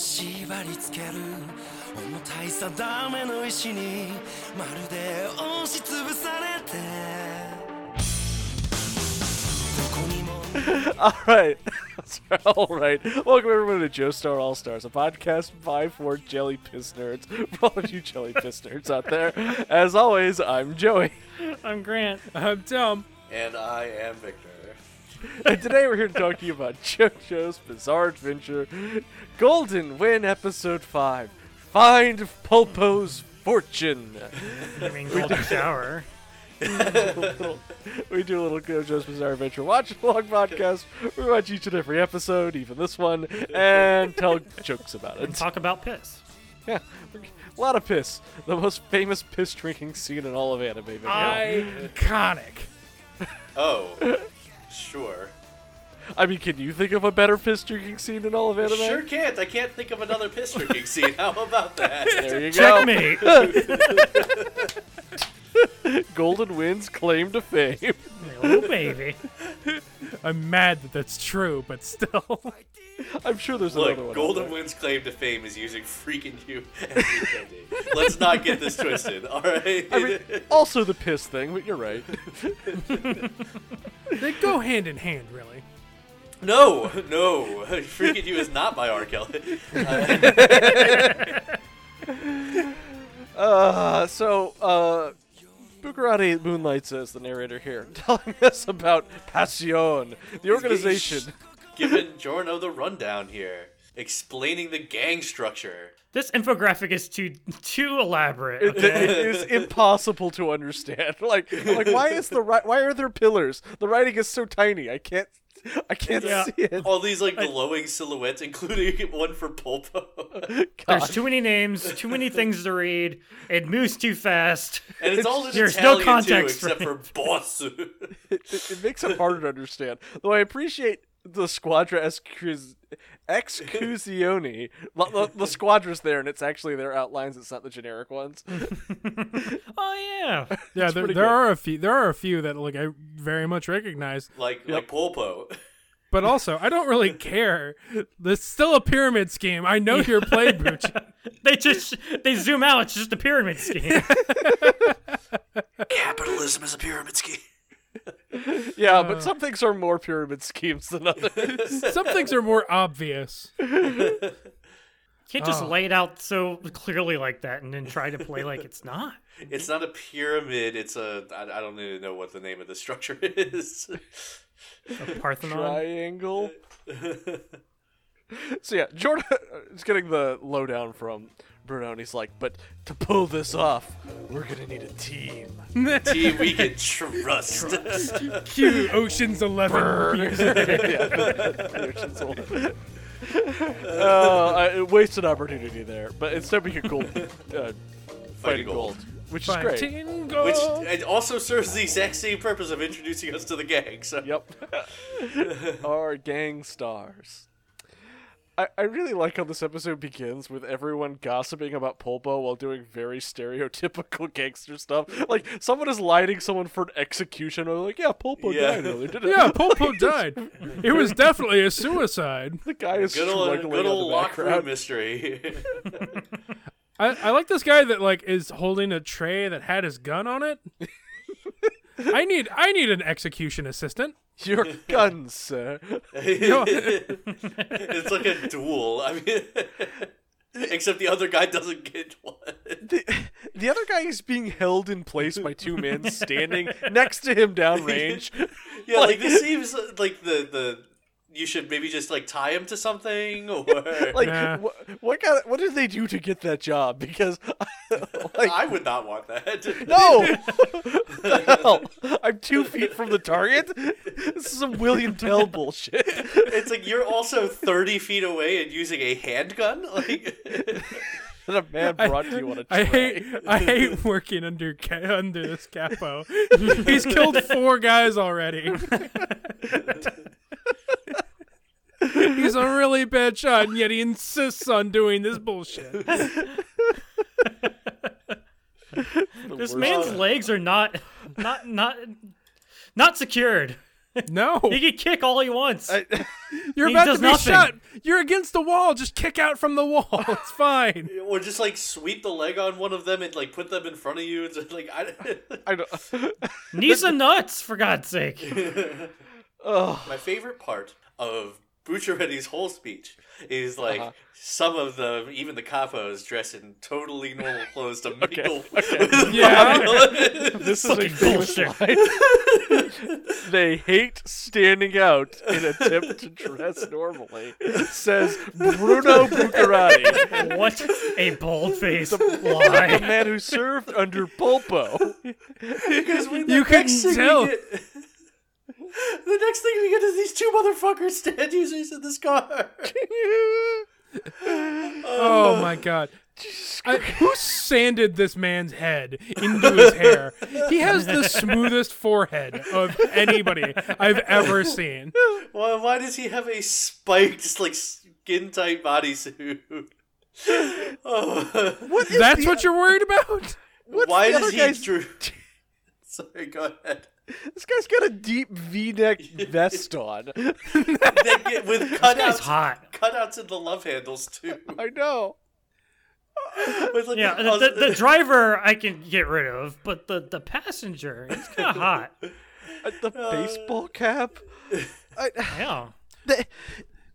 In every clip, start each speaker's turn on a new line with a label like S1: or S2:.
S1: りつける重たい定めの石にまるで押しつぶされてどこにも
S2: All right. All right. Welcome, everyone, to Joe Star All Stars, a podcast by for Jelly Piss Nerds. For all of you Jelly Piss Nerds out there, as always, I'm Joey.
S3: I'm Grant. I'm Tom.
S4: And I am Victor.
S2: And today we're here to talk to you about JoJo's Bizarre Adventure Golden Win Episode 5 Find Pulpo's Fortune.
S3: I mean, golden shower.
S2: we do a little JoJo's Bizarre Adventure watch vlog podcast. We watch each and every episode, even this one, and tell jokes about it.
S3: Talk about piss.
S2: Yeah, a lot of piss. The most famous piss drinking scene in all of anime. Video.
S3: Iconic.
S4: Oh, sure.
S2: I mean, can you think of a better piss drinking scene in all of anime?
S4: Sure can't. I can't think of another piss drinking scene. How about that?
S2: There you go.
S3: Checkmate.
S2: Golden Wind's claim to fame.
S3: oh baby. I'm mad that that's true, but still.
S2: I'm sure there's another one. out
S4: Look, Golden
S2: there.
S4: Wind's claim to fame is using freaking you as a candy. Let's not get this twisted, alright?
S2: I mean, also the piss thing, but you're right.
S3: they go hand in hand, really.
S4: no, no. Freaking you is not by R. Kelly.
S2: Uh, so, uh, Bucarati moonlights as the narrator here, telling us about Passion, the organization.
S4: Giving Jorno the rundown here, explaining the gang structure.
S3: This infographic is too too elaborate.
S2: that it is impossible to understand. Like, like why is the ri- why are there pillars? The writing is so tiny. I can't, I can't
S3: Yeah.
S2: see it.
S4: All these like glowing silhouettes, including one for Pulpo.
S3: There's too many names, too many things to read. It moves too fast.
S4: And it's, all in
S3: there's no
S4: Italian
S3: context for
S4: too, except
S3: it.
S4: for Bossu.
S2: It, it makes it harder to understand. Though I appreciate the Squadra Excus- Excusione. La- la- the Squadra's there, and it's actually their outlines. It's not the generic ones.
S3: Oh yeah.
S5: Yeah, there,
S2: pretty
S5: there
S2: good.
S5: are a few. There are a few that like I very much recognize,
S4: like like Polpo.
S5: but also I don't really care. It's still a pyramid scheme. I know you're played, Bucci.
S3: They just they zoom out. It's just a pyramid scheme.
S4: Capitalism is a pyramid scheme.
S2: Yeah, but some things are more pyramid schemes than others.
S5: Some things are more obvious.
S3: Can't just
S5: Oh.
S3: lay it out so clearly like that and then try to play like it's not.
S4: It's not a pyramid. It's a I, I don't even know what the name of the structure is.
S3: A Parthenon.
S2: triangle. so yeah, Jordan is getting the lowdown from Bruno, and he's like, "But to pull this off, we're gonna need a team."
S4: Team we can trust.
S5: Cue Ocean's Eleven.
S2: uh, I, wasted opportunity there, but instead we could gold, uh, fighting gold,
S4: gold.
S2: which is great.
S5: Fighting gold.
S4: Which it also serves the exact same purpose of introducing us to the gang. So
S2: Yep, our gang stars. I, I really like how this episode begins with everyone gossiping about Polpo while doing very stereotypical gangster stuff. Like someone is lining someone for an execution, and they're like, "Yeah, Polpo
S4: Yeah.
S2: died earlier." today."
S5: yeah, Popo died. It was definitely a suicide.
S2: the guy is
S4: good old
S2: struggling
S4: good
S2: in
S4: old
S2: the
S4: locker room
S2: background.
S4: mystery.
S5: I, I like this guy that like is holding a tray that had his gun on it. I need I need an execution assistant.
S2: Your guns, sir.
S4: it's like a duel. I mean, except the other guy doesn't get one.
S2: The, the other guy is being held in place by two men standing next to him downrange.
S4: Yeah, like, this seems like the the you should maybe just like tie him to something or
S2: Like,
S5: Nah.
S2: wh- what kind of- what did they do to get that job? Because, like,
S4: I would not want that.
S2: no, What the hell, I'm two feet from the target. This is some William Tell bullshit.
S4: It's like you're also 30 feet away and using a handgun? Like,
S2: That a man brought to you on a
S5: I
S2: tray.
S5: hate I hate working under ca- under this capo. He's killed four guys already. He's a really bad shot, and yet he insists on doing this bullshit.
S2: The
S3: This
S2: worst.
S3: man's legs are not not not not secured.
S5: No,
S3: He can kick all he wants.
S2: I-
S3: You're
S5: He
S3: about to
S5: does
S3: be
S5: nothing.
S3: shot. You're against the wall. Just kick out from the wall. It's fine.
S4: Or just like sweep the leg on one of them and like put them in front of you. It's just, like I,
S2: I don't.
S6: Knees and nuts, for God's sake.
S4: my favorite part of Bucciaretti's whole speech is
S2: Uh-huh.
S4: like some of them, even the capos, dress in totally normal clothes to mingle. with
S3: Yeah.
S4: the
S2: this is a famous
S6: bullshit.
S2: line. they hate standing out in attempt to dress normally, says Bruno Bucarati,
S6: What a bold faced
S2: the
S6: lie.
S2: man who served under Pulpo.
S3: You can tell.
S4: The next thing we get is these two motherfuckers stand users in this car.
S3: Oh my god. I, who sanded this man's head into his hair? He has the smoothest forehead of anybody I've ever seen.
S4: Why, why does he have a spiked, like skin tight bodysuit? Oh.
S3: That's what you're worried about?
S4: why
S2: the
S4: does
S2: other
S4: he
S2: guy's-
S4: drew? Sorry, go ahead.
S2: This guy's got a deep V-neck vest on.
S4: They get- with
S6: That's
S4: cutouts,
S6: hot.
S4: cutouts in the love handles too.
S2: I know.
S4: With, like,
S6: Yeah, the,
S4: us-
S6: the, the driver I can get rid of, but the, the passenger, he's kind of hot.
S2: Uh, The baseball cap. I,
S6: Yeah.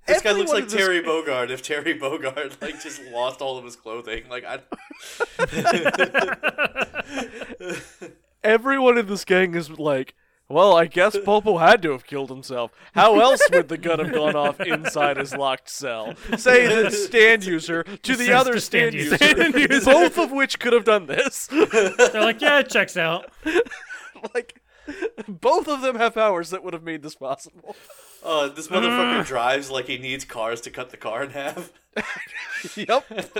S4: this guy
S2: everyone
S4: looks like
S2: in this-
S4: Terry Bogard. If Terry Bogard like just lost all of his clothing, like I,
S2: Everyone in this gang is like, well, I guess Popo had to have killed himself. How else would the gun have gone off inside his locked cell? Say the stand user to the
S6: says
S2: other
S6: the
S2: stand,
S6: stand user.
S2: user, both of which could have done this.
S6: They're like, yeah, it checks out.
S2: like, both of them have powers that would have made this possible.
S4: uh, this motherfucker drives like he needs cars to cut the car in half.
S2: Yep.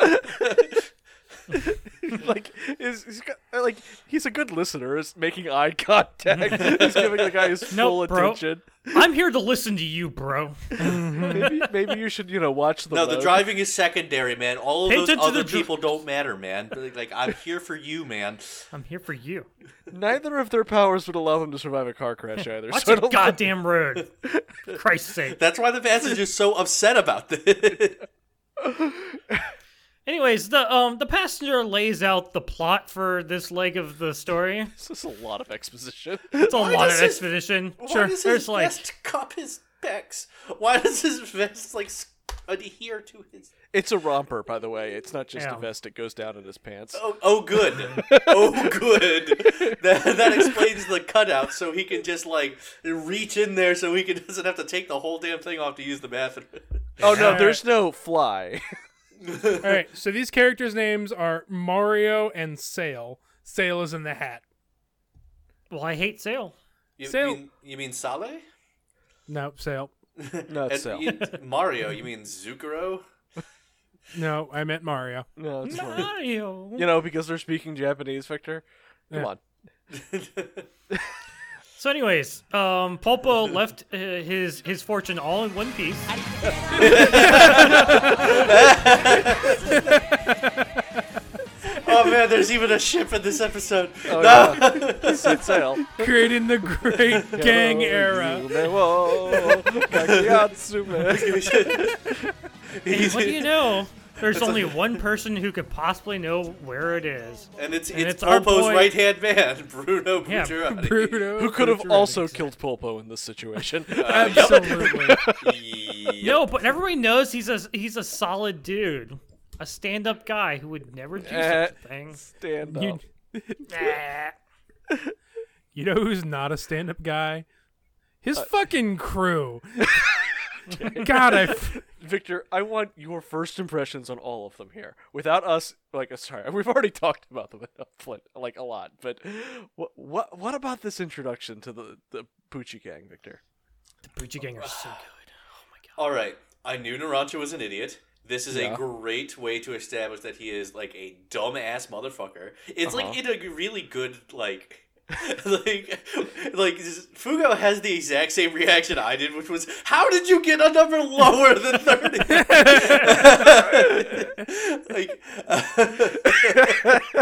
S2: like is he's got, like he's a good listener. Is making eye contact. he's giving the guy his full
S6: Nope, bro.
S2: attention.
S6: I'm here to listen to you, bro.
S2: Maybe maybe you should you know watch the
S4: No, the
S2: road.
S4: driving is secondary, man. All of
S6: Pay
S4: those
S6: attention to
S4: other
S6: the dri-
S4: people don't matter, man. Like, like, I'm here for you, man.
S6: I'm here for you.
S2: Neither of their powers would allow them to survive a car crash either.
S6: Watch
S2: so I
S6: a
S2: don't-
S6: goddamn road. For Christ's sake.
S4: That's why the passenger's so upset about this.
S6: Anyways, the um the passenger lays out the plot for this leg of the story.
S2: This is a lot of exposition.
S6: It's a lot
S4: does
S6: of
S4: his-
S6: expedition.
S4: Why
S6: Sure,
S4: does
S6: there's
S4: his
S6: like
S4: vest cup his pecs? Why does his vest like s- adhere to his?
S2: It's a romper, by the way. It's not just a
S6: Yeah.
S2: vest; it goes down in his pants.
S4: Oh, oh, good. oh, good. That, that explains the cutout, so he can just like reach in there, so he can doesn't have to take the whole damn thing off to use the bathroom.
S2: Oh no, there's no fly.
S3: All right, so these characters' names are Mario and Sail. Sail is in the hat.
S6: well, I hate sail.
S4: You
S3: So-
S4: mean you mean Sale?
S3: No, Sail.
S2: No, it's Sal.
S4: And you- Mario? You mean Zucchero?
S3: No, I meant Mario.
S2: No, it's Mario.
S6: Mario.
S2: You know, because they're speaking Japanese, Victor. Come
S3: Yeah.
S2: on.
S6: So, anyways, um, Polpo left uh, his his fortune all in one piece.
S4: Oh man, there's even a ship in this episode.
S2: Oh, yeah. It's a sail.
S3: Creating the great gang era.
S2: Whoa, Kakeyatsume.
S6: And what do you know? There's only one person who could possibly know where it is.
S4: And it's
S6: And
S4: it's,
S6: it's our
S4: Popo's
S6: boy-
S4: right hand man, Bruno
S6: Yeah,
S4: Bucciarati.
S3: Bruno.
S2: Who could have
S3: Cucciarelli.
S2: also killed Polpo in this situation?
S3: Absolutely.
S4: Yeah.
S6: No, but everybody knows he's a he's a solid dude, a stand-up guy who would never do
S2: Eh.
S6: such a thing.
S2: Stand up.
S3: You-
S6: Nah.
S3: You know who's not a stand up guy? His
S6: Uh,
S3: fucking crew. God, I. F-
S2: Victor, I want your first impressions on all of them here. Without us, like, uh, sorry, we've already talked about them enough, like, like a lot. But what, what, what about this introduction to the the Poochie Gang, Victor?
S6: The Poochie Gang are so good.
S4: All right. I knew Narancho was an idiot. This is a great way to establish that he is like a dumbass motherfucker. It's like in a g- really good like. like, like Fugo has the exact same reaction I did, which was, "How did you get a number lower than 30?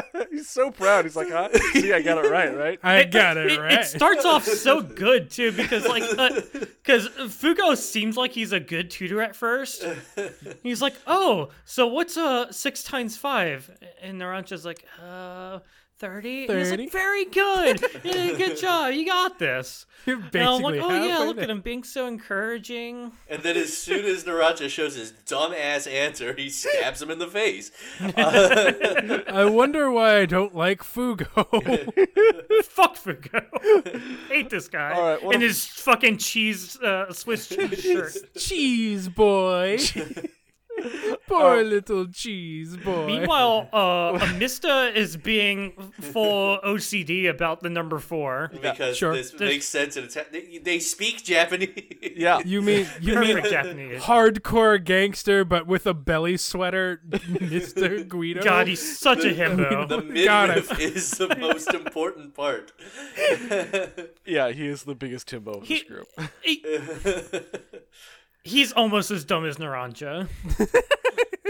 S4: like,
S2: He's He's so proud. He's like, huh? See, I got it right, right?
S3: I got it,
S6: It,
S3: right.
S6: it starts off so good too, because like, because Fugo seems like he's a good tutor at first. He's like, "Oh, so what's uh six times five? And Naranja's like, "Uh, 30? And he's
S3: 30?
S6: like, "Very good, Yeah, good job, you got this."
S3: You're
S6: And I'm
S3: basically
S6: like, "Oh yeah,
S3: halfway
S6: look at
S3: there.
S6: him being so encouraging."
S4: And then as soon as Naracha shows his dumb ass answer, he stabs him in the face.
S3: I wonder why I don't like Fugo.
S6: Fuck Fugo, hate this guy
S2: All right, well-
S6: and his fucking cheese uh, Swiss cheese shirt.
S3: cheese boy. Poor little cheese boy.
S6: Oh. Meanwhile, uh, Amista is being full OCD about the number four.
S4: Because
S3: sure.
S4: this makes sense. And it's ha- they, they speak Japanese.
S2: Yeah.
S3: you mean you mean
S6: Perfect Japanese.
S3: hardcore gangster, but with a belly sweater, Mister Guido?
S6: God, he's such a
S4: The
S6: himbo.
S3: God, I-
S4: midriff is the most important part.
S2: Yeah, he is the biggest Timbo of this
S6: He-
S2: group.
S6: he- he's almost as dumb as Naranja.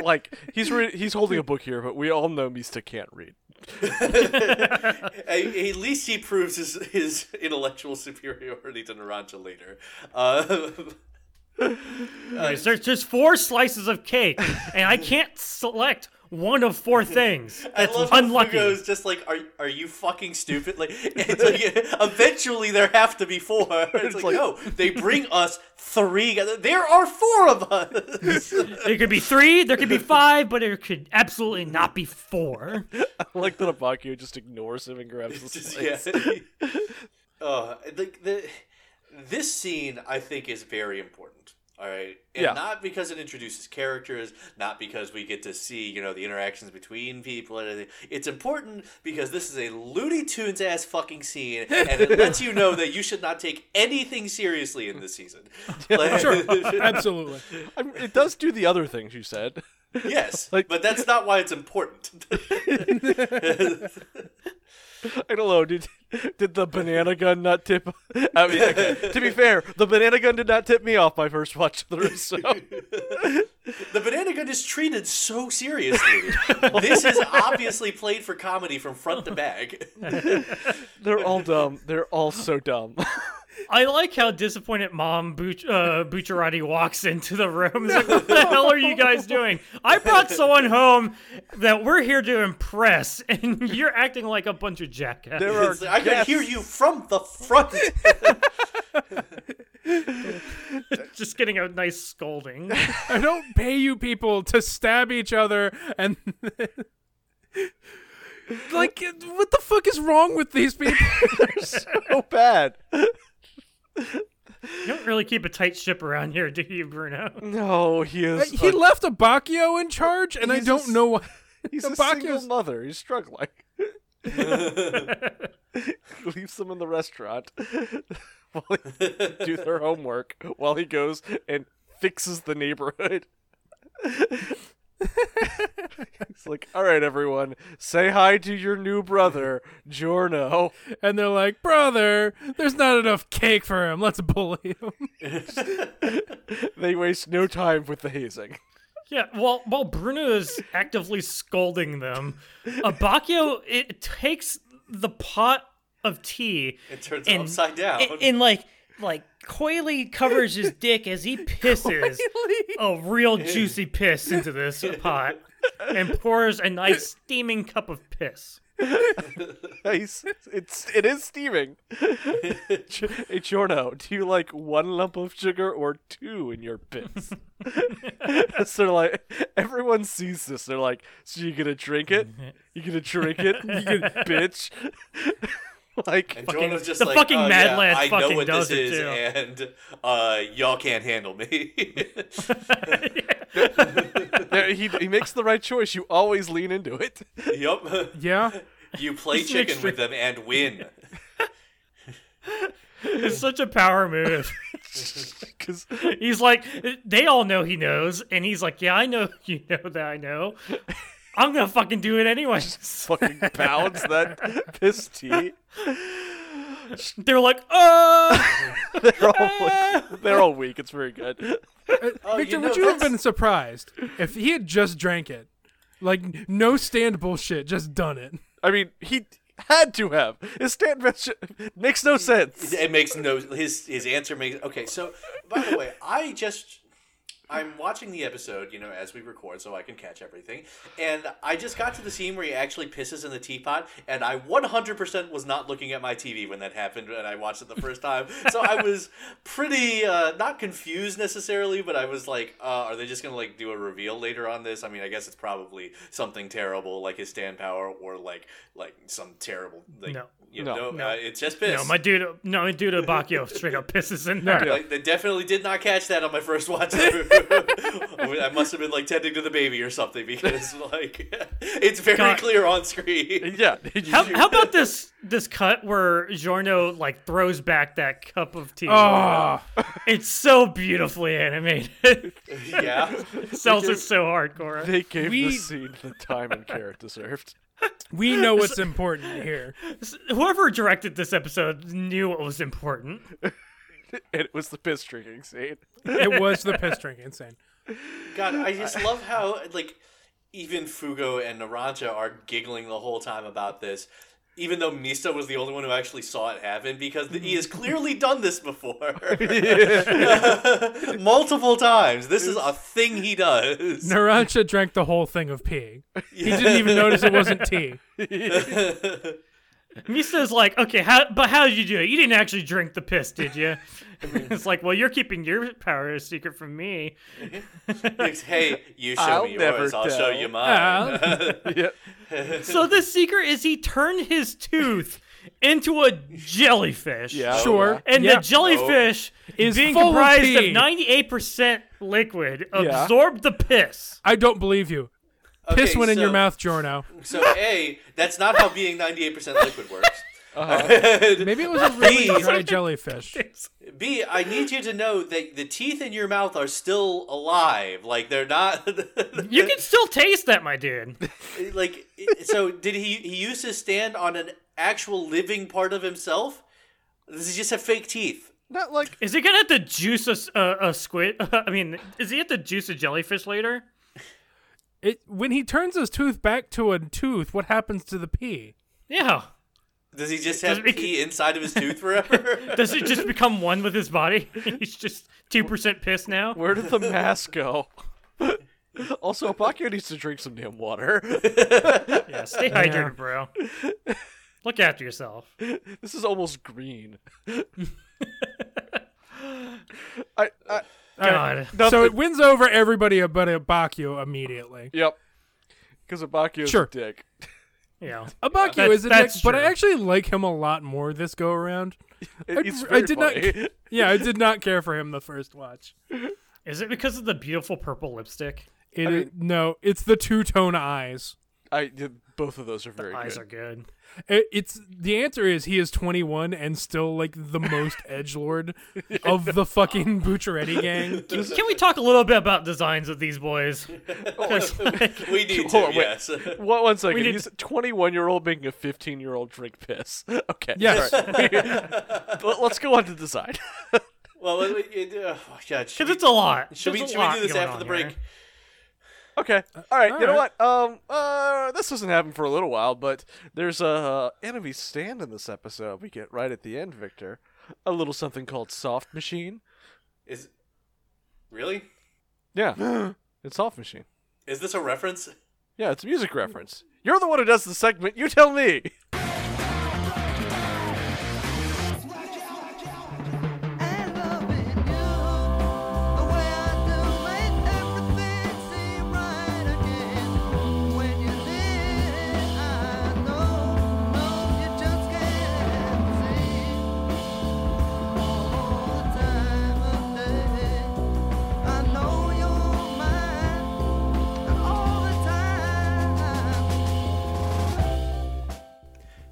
S2: Like, he's re- he's holding a book here, but we all know Mista can't read.
S4: At, at least he proves his, his intellectual superiority to Naracha later. Uh,
S6: Anyways, There's just four slices of cake, and I can't select one of four things.
S4: I
S6: That's
S4: love how
S6: unlucky.
S4: Fugo's just like, are, are you fucking stupid? Like, it's like, eventually there have to be four. It's, like, no, they bring us three. There are four of us.
S6: There could be three, there could be five, but there could absolutely not be four.
S2: I like that Abakio just ignores him and grabs the
S4: Just-
S2: slice.
S4: yeah. uh, like the this scene, I think, is very important. All right, and
S2: Yeah.
S4: not because it introduces characters, not because we get to see you know the interactions between people. And everything. It's important because this is a Looney Tunes ass fucking scene, and it lets you know that you should not take anything seriously in this season. Like-
S3: absolutely.
S2: I mean, it does do the other things you said.
S4: yes,
S2: Like-
S4: but that's not why it's important.
S2: I don't know. Did did the banana gun not tip? I mean, okay, to be fair, the banana gun did not tip me off my first watch through. So
S4: The banana gun is treated so seriously. this is obviously played for comedy from front to back.
S2: they're all dumb. They're all so dumb.
S6: I like how disappointed Mom Buc- uh, Bucciarati walks into the room. He's like, "What the hell are you guys doing? I brought someone home that we're here to impress, and you're acting like a bunch of jackasses."
S2: There are
S4: It's like, I can hear you from the front.
S6: Just getting a nice scolding.
S3: I don't pay you people to stab each other and. like, what the fuck is wrong with these people?
S2: so bad.
S6: You don't really keep a tight ship around here, do you, Bruno?
S2: No, he is.
S3: he
S2: a-
S3: left Abacchio in charge, and I
S2: He's
S3: don't
S2: a-
S3: know why.
S2: he's a single
S3: Abacchio's-
S2: mother. He's struggling. Leaves them in the restaurant while they do their homework while he goes and fixes the neighborhood. He's like, all right, everyone, say hi to your new brother, Giorno.
S3: And they're like, brother, there's not enough cake for him. Let's bully him.
S2: They waste no time with the hazing.
S6: Yeah, while, while Bruno is actively scolding them, Abacchio, it takes the pot of tea
S4: It turns
S6: And-
S4: upside down.
S6: and, and, like like coyly covers his dick as he pisses a real juicy piss into this pot and pours a nice steaming cup of piss.
S2: He's, it's it is steaming. Gi- hey, Giorno, do you like one lump of sugar or two in your piss? so they're like, everyone sees this. They're like, so you gonna drink it? You gonna drink it? You gonna, bitch? like,
S4: And Jordan's just
S6: the
S4: like,
S6: fucking
S4: "Oh,
S6: Mad
S4: yeah,
S6: Lad
S4: I know
S6: fucking
S4: what
S6: does
S4: this
S6: it
S4: is,
S6: too."
S4: and uh, y'all can't handle me.
S2: there- he he makes the right choice. You always lean into it.
S4: yup.
S3: Yeah.
S4: You play chicken with them and win.
S6: It's such a power move.
S2: 'Cause-
S6: He's like, they all know he knows, and he's like, yeah, I know you know that I know. I'm gonna fucking do it anyway.
S2: fucking pounds that piss tea.
S6: They're like, uh
S2: They're all they're all weak. It's very good.
S3: Victor,
S4: you know,
S3: would you have
S4: that's-
S3: been surprised if he had just drank it? Like, n- no stand bullshit, just done it.
S2: I mean, he had to have. His stand mention makes no sense.
S4: It makes no his his answer makes okay. So by the way, I just I'm watching the episode, you know, as we record, so I can catch everything. And I just got to the scene where he actually pisses in the teapot, and I 100% was not looking at my TV when that happened, and I watched it the first time. So I was pretty uh, not confused necessarily, but I was like, uh, are they just gonna like do a reveal later on this? I mean, I guess it's probably something terrible like his stand power or like like some terrible like
S6: No.
S4: you
S2: No.
S4: know, Uh, it's just piss.
S6: No, my dude, no, my dude Abakio straight up pisses in there.
S4: Like, they definitely did not catch that on my first watch through. I must have been like tending to the baby or something because like it's very
S6: God.
S4: clear on screen.
S2: Yeah.
S6: How, how about this this cut where Giorno like throws back that cup of tea?
S3: Oh,
S6: It's so beautifully animated.
S4: Yeah,
S6: Sells it so hardcore.
S2: They gave
S3: We-
S2: this scene the time and care it deserved.
S3: we know what's important here.
S6: Whoever directed this episode knew what was important.
S2: And it was the piss drinking scene.
S3: It was the piss drink insane.
S4: God, I just love how like even Fugo and Naranja are giggling the whole time about this. Even though Mista was the only one who actually saw it happen, because he has clearly done this before multiple times. This is a thing he does.
S3: Narancia drank the whole thing of pee. He didn't even notice it wasn't tea.
S6: Misa's like, okay, how, but how did you do it? You didn't actually drink the piss, did you? it's like, well, you're keeping your power a secret from me.
S4: Thinks, hey, you show
S2: I'll
S4: me
S2: never
S4: yours, I'll show
S2: tell."
S4: you
S3: Ah. Uh,
S4: mine.
S2: Yeah.
S6: So the secret is he turned his tooth into a jellyfish.
S2: Yeah.
S3: Sure.
S6: And
S3: yeah. Oh.
S6: the jellyfish
S3: Is
S6: being
S3: full of
S6: comprised of
S3: pee.
S6: 98% liquid
S2: Yeah.
S6: absorbed the piss.
S3: I don't believe you. Piss
S4: Okay,
S3: went in your
S4: so-
S3: mouth, Jorno.
S4: So A, that's not how being 98% liquid works.
S6: Uh-huh.
S3: Maybe it was a really
S4: Please.
S3: dry jellyfish.
S4: B, I need you to know that the teeth in your mouth are still alive. Like they're not
S6: You can still taste that, my dude.
S4: like so did he he used to stand on an actual living part of himself? This is just a fake teeth.
S2: Not like
S6: Is he gonna have to juice a, s- a- a squid? I mean, is he have to juice a jellyfish later?
S3: It, when he turns his tooth back to a tooth, what happens to the pee?
S6: Yeah.
S4: Does he just have
S6: make-
S4: pee inside of his tooth forever?
S6: Does it just become one with his body? He's just two percent pissed now.
S2: where did the mask go? also, Apakio needs to drink some damn water.
S6: Yeah, stay hydrated, bro. Look after yourself.
S2: This is almost green. I, I
S6: God.
S3: So it wins over everybody but Abakio immediately.
S2: yep. Because Abakio's
S3: Sure.
S2: a dick.
S6: Yeah.
S3: Abakio
S6: That's-
S3: is a dick,
S6: that's
S3: but I
S6: true.
S3: actually like him a lot more this go around. I,
S2: It's
S3: I
S2: very
S3: did
S2: funny.
S3: not. Yeah, I did not care for him the first watch.
S6: Is it because of the beautiful purple lipstick?
S3: It,
S2: I
S3: i-
S2: mean-
S3: no, it's the two tone eyes.
S2: I did- both of those are very
S6: Eyes
S2: good.
S6: are good.
S3: It, it's the answer is he is 21 and still like the most edge lord of the fucking Bucciaretti gang.
S6: Can we talk a little bit about designs of these boys? 'Cause, like,
S4: we need
S2: Hold
S4: to,
S2: on, wait.
S4: yes.
S2: What one second?
S6: need
S2: He's a 21 year old making a 15 year old drink piss. Okay.
S3: Yes.
S2: all right. Let- Let's go on to design.
S4: well, it, it, uh, oh, God, should
S6: Because
S4: we-
S6: it's a lot.
S4: should we,
S6: There's a
S4: should we
S6: lot
S4: do this
S6: going
S4: after
S6: on
S4: the break?
S6: here.
S2: Okay. All right. you know
S3: right.
S2: what? Um. Uh. This doesn't happen for a little while, but there's a uh, enemy stand in this episode. We get right at the end, Victor. A little something called Soft Machine.
S4: Is really?
S2: Yeah. it's Soft Machine.
S4: Is this a reference?
S2: Yeah. It's a music reference. You're the one who does the segment. You tell me.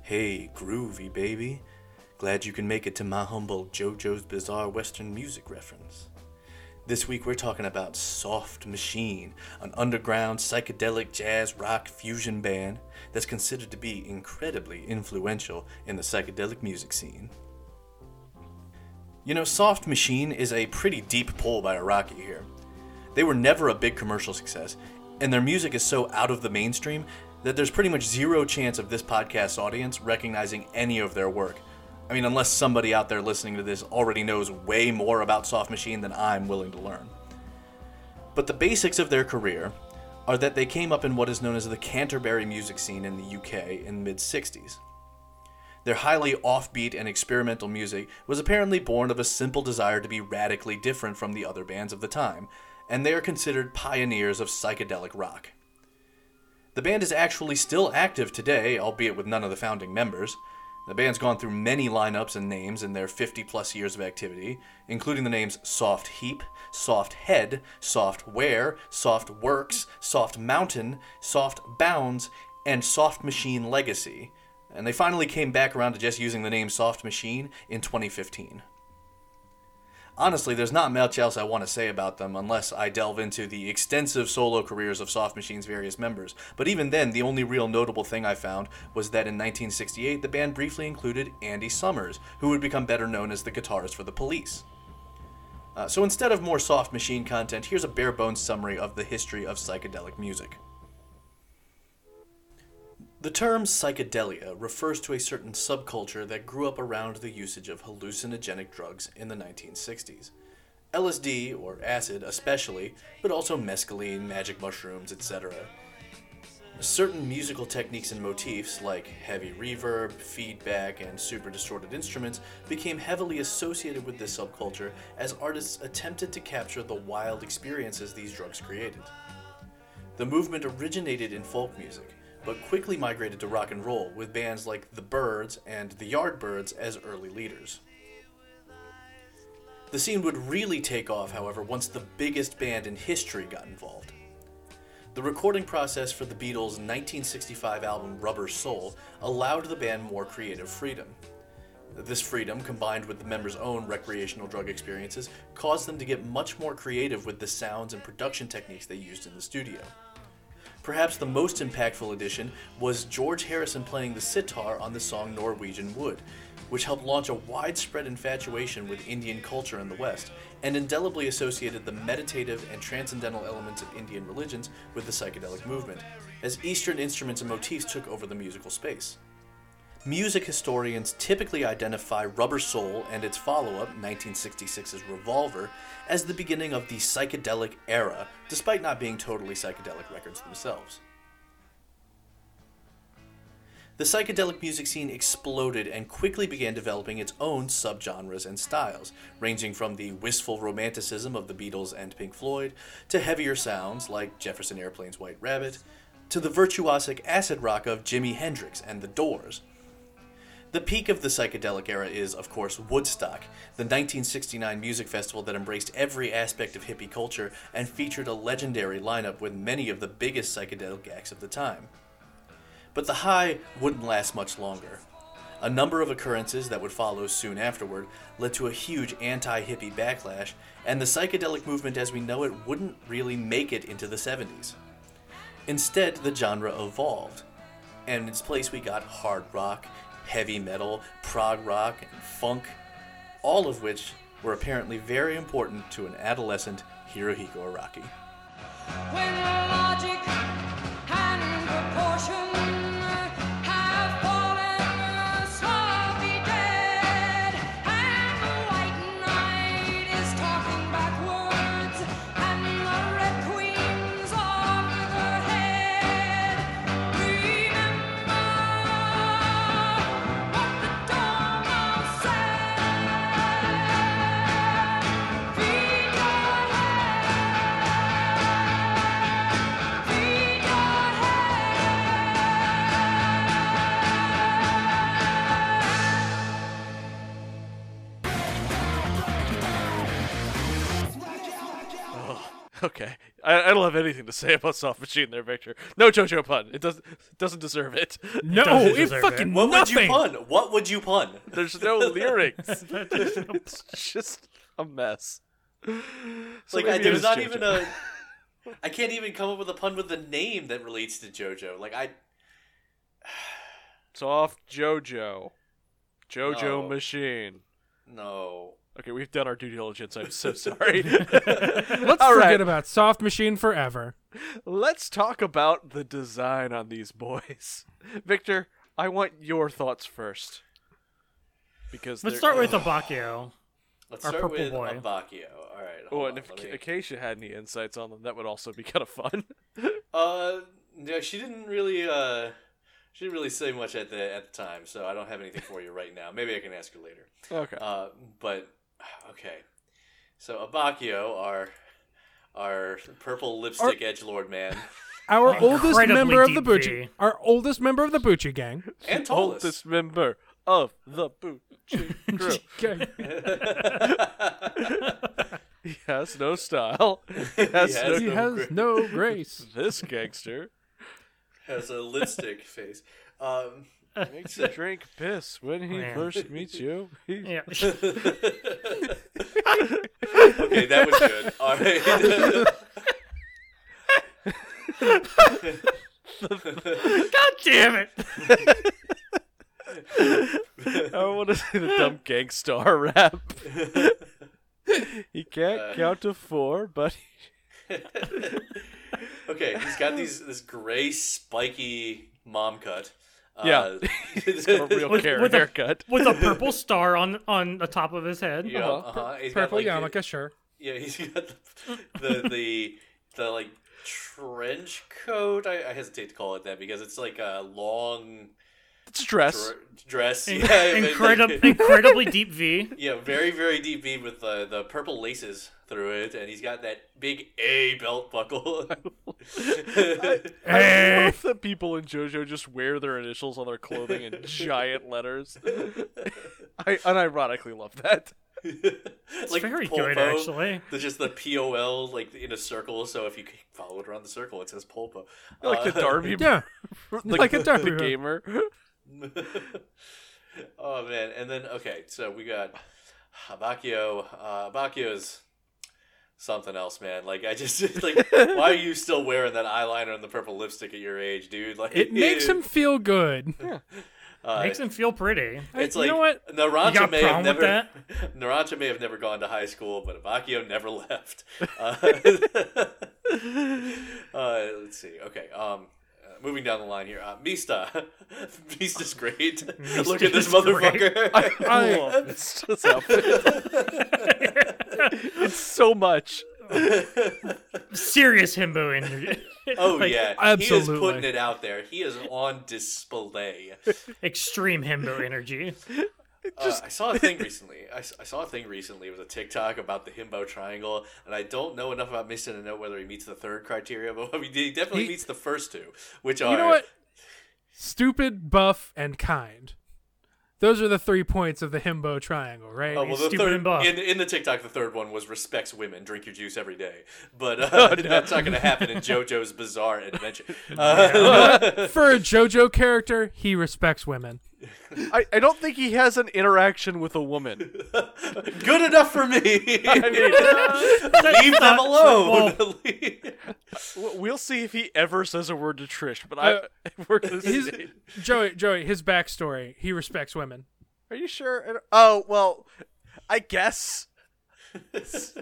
S4: Hey, groovy baby. Glad you can make it to my humble JoJo's Bizarre Western music reference. This week we're talking about Soft Machine, an underground psychedelic jazz rock fusion band that's considered to be incredibly influential in the psychedelic music scene. You know, Soft Machine is a pretty deep pull by Iraqi here. They were never a big commercial success, and their music is so out of the mainstream that there's pretty much zero chance of this podcast audience recognizing any of their work. I mean, unless somebody out there listening to this already knows way more about Soft Machine than I'm willing to learn. But the basics of their career are that they came up in what is known as the Canterbury music scene in the UK in the mid 60s. Their highly offbeat and experimental music was apparently born of a simple desire to be radically different from the other bands of the time, and they are considered pioneers of psychedelic rock. The band is actually still active today, albeit with none of the founding members. The band's gone through many lineups and names in their 50 plus years of activity, including the names Soft Heap, Soft Head, Soft Wear, Soft Works, Soft Mountain, Soft Bounds, and Soft Machine Legacy. And they finally came back around to just using the name Soft Machine in 2015 honestly, there's not much else I want to say about them unless I delve into the extensive solo careers of Soft Machine's various members. But even then, the only real notable thing I found was that in 1968, the band briefly included Andy Summers, who would become better known as the guitarist for the police. Uh, so instead of more Soft Machine content, here's a bare bones summary of the history of psychedelic music. The term psychedelia refers to a certain subculture that grew up around the usage of hallucinogenic drugs in the 1960s. LSD, or acid especially, but also mescaline, magic mushrooms, etc. Certain musical techniques and motifs, like heavy reverb, feedback, and super distorted instruments, became heavily associated with this subculture as artists attempted to capture the wild experiences these drugs created. The movement originated in folk music, but quickly migrated to rock and roll with bands like The Birds and The Yardbirds as early leaders. The scene would really take off, however, once the biggest band in history got involved. The recording process for the Beatles' 1965 album Rubber Soul allowed the band more creative freedom. This freedom, combined with the members' own recreational drug experiences, caused them to get much more creative with the sounds and production techniques they used in the studio. Perhaps the most impactful addition was George Harrison playing the sitar on the song Norwegian Wood, which helped launch a widespread infatuation with Indian culture in the West and indelibly associated the meditative and transcendental elements of Indian religions with the psychedelic movement, as Eastern instruments and motifs took over the musical space. Music historians typically identify Rubber Soul and its follow up, 1966's Revolver, as the beginning of the psychedelic era, despite not being totally psychedelic records themselves. The psychedelic music scene exploded and quickly began developing its own subgenres and styles, ranging from the wistful romanticism of the Beatles and Pink Floyd, to heavier sounds like Jefferson Airplane's White Rabbit, to the virtuosic acid rock of Jimi Hendrix and The Doors. The peak of the psychedelic era is, of course, Woodstock, the 1969 music festival that embraced every aspect of hippie culture and featured a legendary lineup with many of the biggest psychedelic acts of the time. But the high wouldn't last much longer. A number of occurrences that would follow soon afterward led to a huge anti hippie backlash, and the psychedelic movement as we know it wouldn't really make it into the 70s. Instead, the genre evolved, and in its place we got hard rock, heavy metal, prog rock, and funk, all of which were apparently very important to an adolescent Hirohiko Araki.
S7: When logic and proportion have fallen, sloppy dead, and the white knight is talking backwards, and the red queen's off her head. Remember what the Dormouse said. Feed your head. Feed your head.
S2: Okay, I, I don't have anything to say about Soft Machine there, Victor. No JoJo pun. It doesn't doesn't deserve it.
S5: No,
S6: doesn't
S5: it
S6: deserve
S5: fucking
S6: it.
S4: What would you
S5: nothing.
S4: pun? What would you pun?
S2: There's no lyrics. it's just a mess. So
S4: like
S2: maybe
S4: I,
S2: it
S4: there's
S2: is
S4: not
S2: JoJo.
S4: even a. I can't even come up with a pun with a name that relates to JoJo. Like I,
S2: soft JoJo, JoJo
S4: No.
S2: machine.
S4: no.
S2: Okay, we've done our due diligence. I'm so sorry.
S5: Let's
S2: All
S5: forget
S2: right.
S5: about Soft Machine forever.
S2: Let's talk about the design on these boys. Victor, I want your thoughts first. Because
S6: Let's
S2: they're-
S6: start with Abakio.
S4: Let's
S6: Our
S4: start
S6: purple
S4: with
S6: boy.
S4: Abakio. All right.
S2: Oh,
S4: hold
S2: and
S4: on,
S2: if
S4: let
S2: Ac-
S4: me-
S2: Acacia had any insights on them, that would also be kind of fun.
S4: Uh, no, she didn't really. Uh, she didn't really say much at the at the time, so I don't have anything for you right now. Maybe I can ask her later.
S2: okay.
S4: Uh, but okay. So Abakio, our our purple lipstick edge lord man,
S5: Our oldest
S6: Incredibly
S5: member of the
S6: deep
S5: Bucci.
S6: V.
S5: Our oldest member of the Bucci gang.
S4: and
S2: Hold
S4: tallest.
S2: this member of the Bucci crew.
S5: Okay.
S2: He has no style. He has
S4: He
S2: no,
S4: has
S5: He has no grace.
S2: This gangster
S4: has a lipstick face. Um,
S2: makes you drink piss when he
S6: Man.
S2: first meets you. He
S6: Yeah.
S4: okay, that was good. All right.
S6: God damn it!
S2: I want to say the dumb gangstar rap. he can't
S6: Uh,
S2: count to four, but
S4: okay, he's got these this gray spiky mom cut. Uh,
S2: Yeah. a real
S6: With-
S2: care
S6: with a-
S2: haircut.
S6: With a purple star on on the top of his head.
S4: yeah, uh-huh. He's got,
S5: Purple
S4: like, the-
S5: yarmulke, sure.
S4: Yeah, he's got the the the, the like trench coat. I, I hesitate to call it that because it's like a long
S2: It's a dress.
S4: dr- dress.
S6: In-
S4: yeah, and, like,
S6: incredib- incredibly deep V.
S4: yeah, very very deep V with the the purple laces through it, and he's got that big A belt buckle.
S2: I love that people in JoJo just wear their initials on their clothing in giant letters. I unironically love that.
S4: it's
S6: It's very good, actually.
S4: There's just the POL like in a circle, so if you follow it around the circle, it says Polpo.
S2: Like the
S4: Uh,
S2: Darby,
S5: Yeah.
S2: like,
S5: like a
S2: the
S5: Darby rap.
S2: gamer.
S4: oh man, and then okay, so we got Abakio. Uh, Abakio is something else, man. Like I just like, why are you still wearing that eyeliner and the purple lipstick at your age, dude? Like
S5: It makes him feel good.
S4: uh,
S6: Makes him feel pretty.
S4: It's
S5: you
S4: like
S5: know what?
S4: Narancia
S6: You got a
S4: may have
S6: problem
S4: never
S6: with
S4: Narancia may have never gone to high school, but Abakio never left. Uh, uh, let's see. Okay. Um, uh, moving down the line here. Uh, Mista. Mista's great. Look at
S6: is
S4: this
S6: great.
S4: motherfucker.
S5: I,
S2: Love this outfit. it's so much.
S6: Serious himbo energy.
S4: oh
S6: Like,
S4: yeah, he
S5: absolutely.
S4: is putting it out there. He is on display.
S6: Extreme himbo energy.
S4: Uh, I saw a thing recently. I, s- I saw a thing recently with a TikTok about the himbo triangle, and I don't know enough about Mason to know whether he meets the third criteria, but I mean, he definitely meets the first two, which are
S5: you know what? Stupid, buff, and kind. Those are the three points of the himbo triangle, right?
S4: Oh, well, the
S6: Stupid
S4: third
S6: and buff.
S4: in in the TikTok, the third one was respects women, drink your juice every day, but uh, that's not going to happen in JoJo's Bizarre Adventure. Uh,
S5: For a JoJo character, he respects women.
S2: I, I don't think he has an interaction with a woman.
S4: good enough for me.
S6: uh,
S4: Leave them alone.
S2: W- We'll see if he ever says a word to Trish, but I
S5: Uh,
S2: we're gonna
S5: His
S2: see.
S5: Joey, Joey, his backstory, he respects women.
S2: Are you sure? I don't- Oh well, I guess.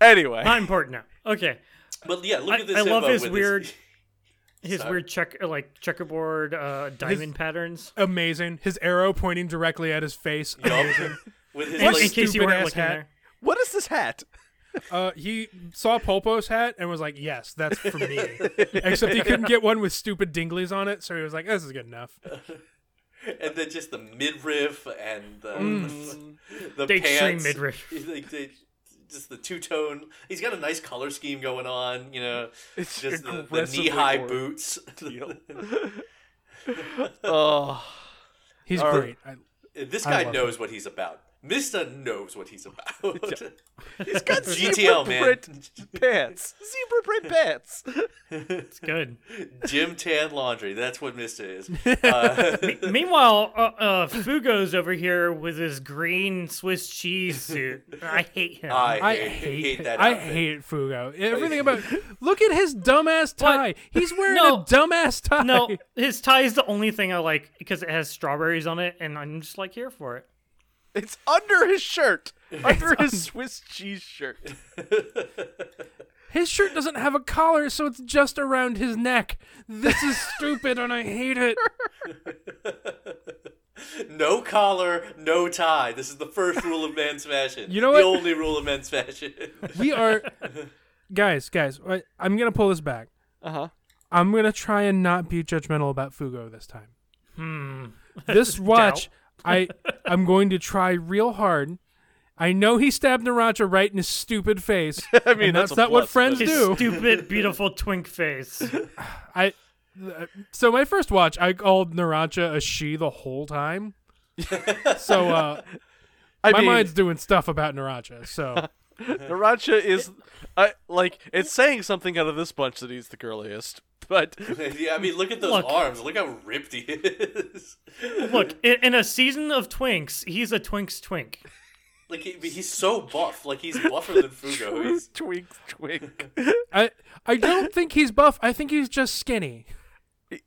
S2: anyway,
S6: Not important now. Okay.
S4: but yeah, look
S6: I,
S4: at this.
S6: I love
S4: himbo
S6: his
S4: with
S6: weird his
S4: Sorry.
S6: weird check uh, like checkerboard uh, diamond patterns.
S5: Amazing. His arrow pointing directly at his face. Amazing.
S4: with his
S6: In,
S4: like,
S6: in case you
S5: stupid
S6: weren't
S5: ass
S6: looking
S5: hat.
S6: there.
S2: what is this hat?
S5: Uh, he saw Polpo's hat and was like, "Yes, that's for me." Except he couldn't get one with stupid dinglies on it, so he was like, "This is good enough."
S4: and then just the midriff and the the,
S6: The extreme
S4: pants,
S6: midriff.
S4: like the, just the two tone. He's got a nice color scheme going on, you know.
S2: It's
S4: just the, the
S2: aggressively
S4: knee high
S2: orange.
S4: boots.
S2: Oh,
S5: He's
S2: Or-
S5: great. I,
S4: this
S5: I
S4: guy
S5: love
S4: knows what he's about. Mister knows what he's about.
S2: he's got zebra
S4: GTL, man.
S2: print pants. Zebra print pants.
S6: It's good.
S4: Jim Tan Laundry. That's what Mister is. Uh,
S6: Meanwhile, uh, uh, Fugo's over here with his green Swiss cheese suit. I hate him.
S4: I,
S5: I
S4: hate,
S5: hate.
S4: hate that.
S5: I
S4: outfit.
S5: hate Fugo. Everything about. Look at his dumbass tie. He's wearing
S6: No.
S5: a dumbass tie.
S6: no, his tie is the only thing I like because it has strawberries on it, and I'm just like here for it.
S2: It's under his shirt, under his Swiss cheese shirt.
S3: His shirt doesn't have a collar, so it's just around his neck. This is stupid, and I hate it.
S4: No collar, no tie. This is the first rule of men's fashion.
S3: You know
S4: The
S3: what?
S4: only rule of men's fashion.
S3: We are, guys, guys. I, I'm gonna pull this back.
S2: Uh huh.
S3: I'm gonna try and not be judgmental about Fugo this time. Hmm. This watch, I I'm going to try real hard. I know he stabbed Naraja right in his stupid face.
S2: I mean,
S3: and that's,
S2: a
S3: not what
S2: plus,
S3: friends
S6: His
S3: do.
S6: stupid, beautiful twink face.
S3: I. th- So my first watch, I called Naraja a she the whole time. so uh,
S2: but I
S3: my
S2: mean,
S3: mind's doing stuff about Naraja. So
S2: Naracha is, I like, it's saying something out of this bunch that he's the girliest. But
S4: yeah, I mean, look at those
S6: Look.
S4: arms. Look how ripped he is.
S6: Look, in, in a season of twinks, he's a twink's twink.
S4: Like he, he's so buff. Like he's buffer than Fugo. He's,
S2: twink, twink,
S3: I I don't think he's buff. I think he's just skinny.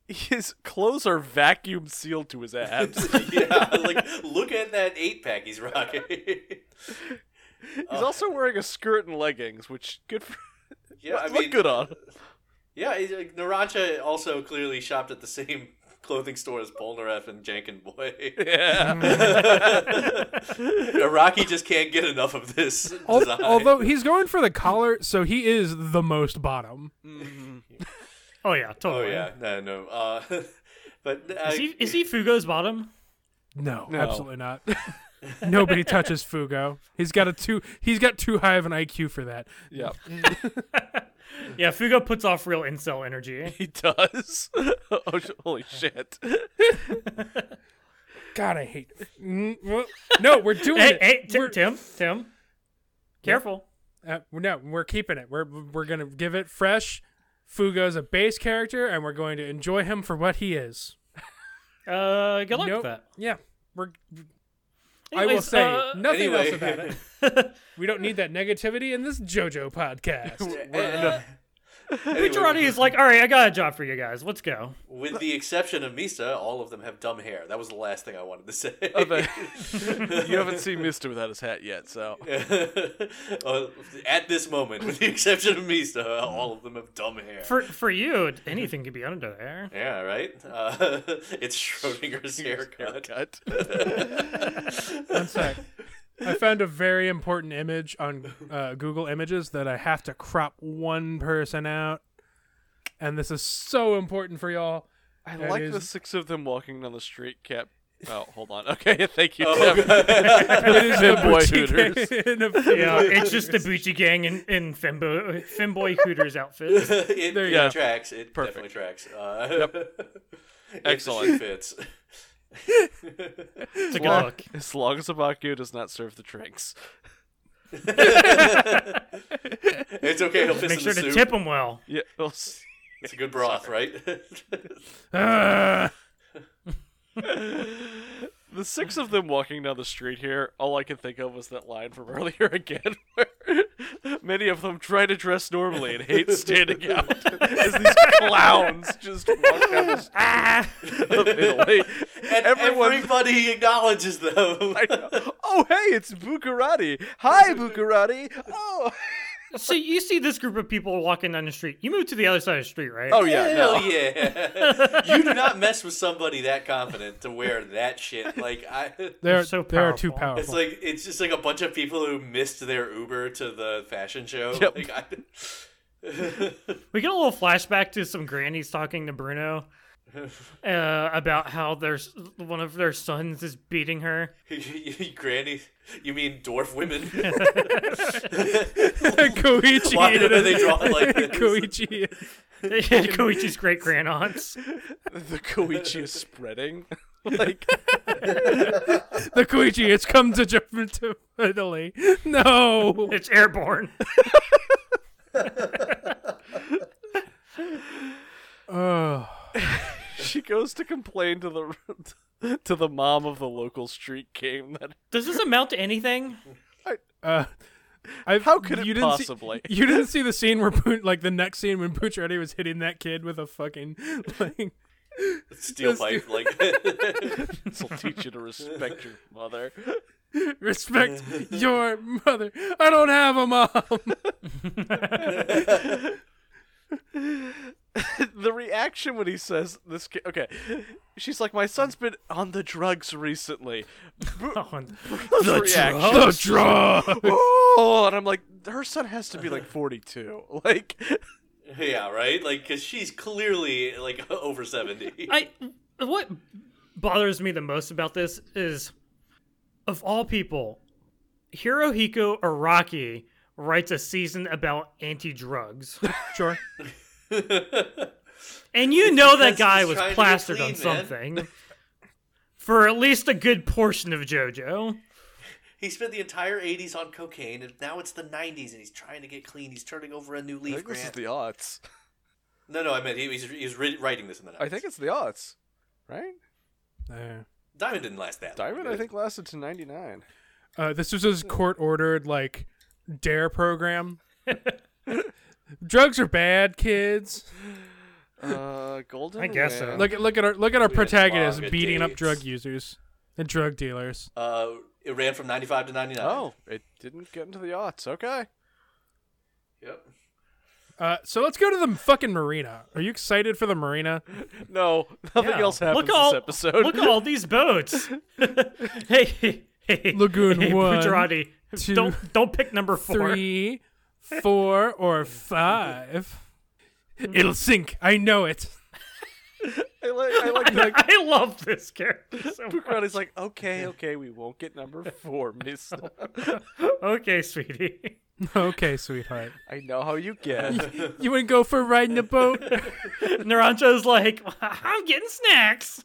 S2: his clothes are vacuum sealed to his abs.
S4: yeah, like look at that eight pack he's rocking.
S2: He's also wearing a skirt and leggings, which good for
S4: yeah, I
S2: look
S4: mean,
S2: good on.
S4: yeah. He's, like, Naracha also clearly shopped at the same clothing store as Polnareff and Jankin Boy.
S2: Yeah,
S4: Iraqi just can't get enough of this.
S3: Al-
S4: design.
S3: Although he's going for the collar, so he is the most bottom.
S6: Oh yeah,
S4: Oh
S6: totally.
S4: yeah, no, no. Uh, but uh,
S6: Is he is he Fugo's bottom?
S3: No, absolutely not. Nobody touches Fugo. He's got a too he's got too high of an IQ for that.
S2: yeah,
S6: Yeah, Fugo puts off real incel energy.
S2: he does. oh, sh- holy shit!
S3: God, I hate. Mm, well, No, we're doing
S6: hey,
S3: it.
S6: hey, Ti-
S3: we're,
S6: Tim, Tim, careful.
S3: uh, no, we're keeping it. We're we're gonna give it fresh. Fugo's a base character, and we're going to enjoy him for what he is.
S6: Uh, good luck
S3: Nope.
S6: with that.
S3: Yeah, we're. I will
S6: Anyways,
S3: say
S6: uh,
S3: nothing
S4: anyway.
S3: else about it. We don't need that negativity in this JoJo podcast.
S4: Uh, anyway,
S6: Futurati is like, all right, I got a job for you guys. Let's go.
S4: with the exception of Misa, all of them have dumb hair. That was the last thing I wanted to say.
S2: But you haven't seen Mister without his hat yet, so
S4: Uh, At this moment, with the exception of Misa, all of them have dumb hair.
S6: For for you, anything can be under there.
S4: yeah, right. Uh, it's Schrodinger's haircut.
S2: cut.
S3: One sec. I found a very important image on uh, Google Images that I have to crop one person out, and this is so important for y'all.
S2: I
S3: That
S2: like
S3: is-
S2: the six of them walking down the street. Cap. Oh, hold on. Okay, thank you.
S4: Oh,
S2: Tim.
S4: God.
S3: It is
S2: Good
S3: a
S2: boy,
S3: Gucci gang
S2: Hooters.
S3: in a-
S6: Yeah, it's just the Bucci gang in in fembo femboy hooters outfits.
S4: it
S3: There you
S2: go.
S4: tracks. It definitely
S2: Perfect.
S4: tracks. Uh, it
S2: Excellent.
S4: fits.
S6: It's a good
S2: Well,
S6: look.
S2: As long as Abaku does not serve the drinks.
S4: It's okay. He'll piss
S6: Make
S4: in
S6: sure
S4: the
S6: to
S4: soup.
S6: tip them well.
S2: Yeah, we'll see.
S4: It's a good broth, right?
S3: Ah.
S2: the six of them walking down the street here. All I can think of was that line from earlier again, where many of them try to dress normally and hate standing out as these clowns just walk down the street
S4: Ah!
S2: of Italy.
S4: and
S2: Everyone-
S4: everybody acknowledges them.
S2: I know. Oh, hey, it's Bucarati. Hi, Bucarati. Oh,
S6: So you see this group of people walking down the street. You move to the other side of the street, right?
S2: oh yeah,
S4: Hell
S2: no.
S4: yeah! you do not mess with somebody that confident to wear that shit. Like I,
S3: they're
S6: so
S3: they are too
S6: powerful.
S3: powerful.
S4: it's like it's just like a bunch of people who missed their Uber to the fashion show.
S2: Yep.
S4: Like, I,
S6: We get a little flashback to some grannies talking to Bruno uh, about how there's one of their sons is beating her.
S4: granny, you mean dwarf women?
S3: Koichi,
S4: Why do
S3: and-
S4: they draw it like this?
S3: Koichi.
S6: Koichi's great grandaunt.
S2: The Koichi is spreading. like,
S3: The Koichi, it's come to Japan to Italy. No.
S6: It's airborne.
S3: Oh.
S2: she goes to complain to the to the mom of the local street game that
S6: Does this amount to anything?
S3: Uh, I've,
S2: How could it
S3: you didn't see-
S2: possibly?
S3: you didn't see the scene where, Poo- like, the next scene when Pucciotti was hitting that kid with a fucking, like,
S4: Steel pipe, like
S2: This will teach you to respect your mother.
S3: Respect your mother. I don't have a mom.
S2: the reaction when he says this ki- okay she's like my son's been on the drugs recently the reaction
S3: the draw.
S2: oh and i'm like her son has to be like 42 like
S4: yeah, right. Like, because she's clearly like over seventy.
S6: I what bothers me the most about this is of all people, Hirohiko Araki writes a season about anti-drugs.
S3: Sure.
S6: And you know that
S4: because
S6: guy
S4: he's
S6: was
S4: trying to get
S6: plastered on
S4: clean, man.
S6: something for at least a good portion of JoJo.
S4: He spent the entire '80s on cocaine, and now it's the '90s, and he's trying to get clean. He's turning over a new
S2: i
S4: leaf.
S2: think this is
S4: Grant.
S2: the odds
S4: No, no, I meant he, he's he's re- writing this in the '90s.
S2: i think it's the odds right
S4: Diamond didn't last that. long,
S2: diamond
S4: did
S2: i
S4: it?
S2: think lasted to 99
S3: Uh, this was his court ordered like dare program. Drugs are bad, kids.
S2: uh golden
S6: I guess so.
S2: Man.
S3: Look at look at our look at our protagonist
S4: long
S3: beating up
S4: dates.
S3: drug users and drug dealers.
S4: Uh, it ran from '95 to '99.
S2: oh it didn't get into the odds okay
S4: Yep.
S3: Uh, so let's go to the fucking marina. Are you excited for the marina?
S2: no nothing
S6: Yeah.
S2: else happens
S6: look all,
S2: this episode
S6: Look at all these boats. hey, hey, hey,
S3: Lagoon
S6: hey,
S3: one,
S6: Pujarati,
S3: two,
S6: don't don't pick number four.
S3: Three, four, or five? It'll sink. I know it.
S2: I like, I like that
S6: I love this character so much.
S2: Pucarati's like, okay, okay, we won't get number four, miss.
S6: Okay, sweetie.
S3: Okay, sweetheart.
S2: I know how you get.
S3: You want to go for a ride in a boat?
S6: Narancho's like, I'm getting snacks.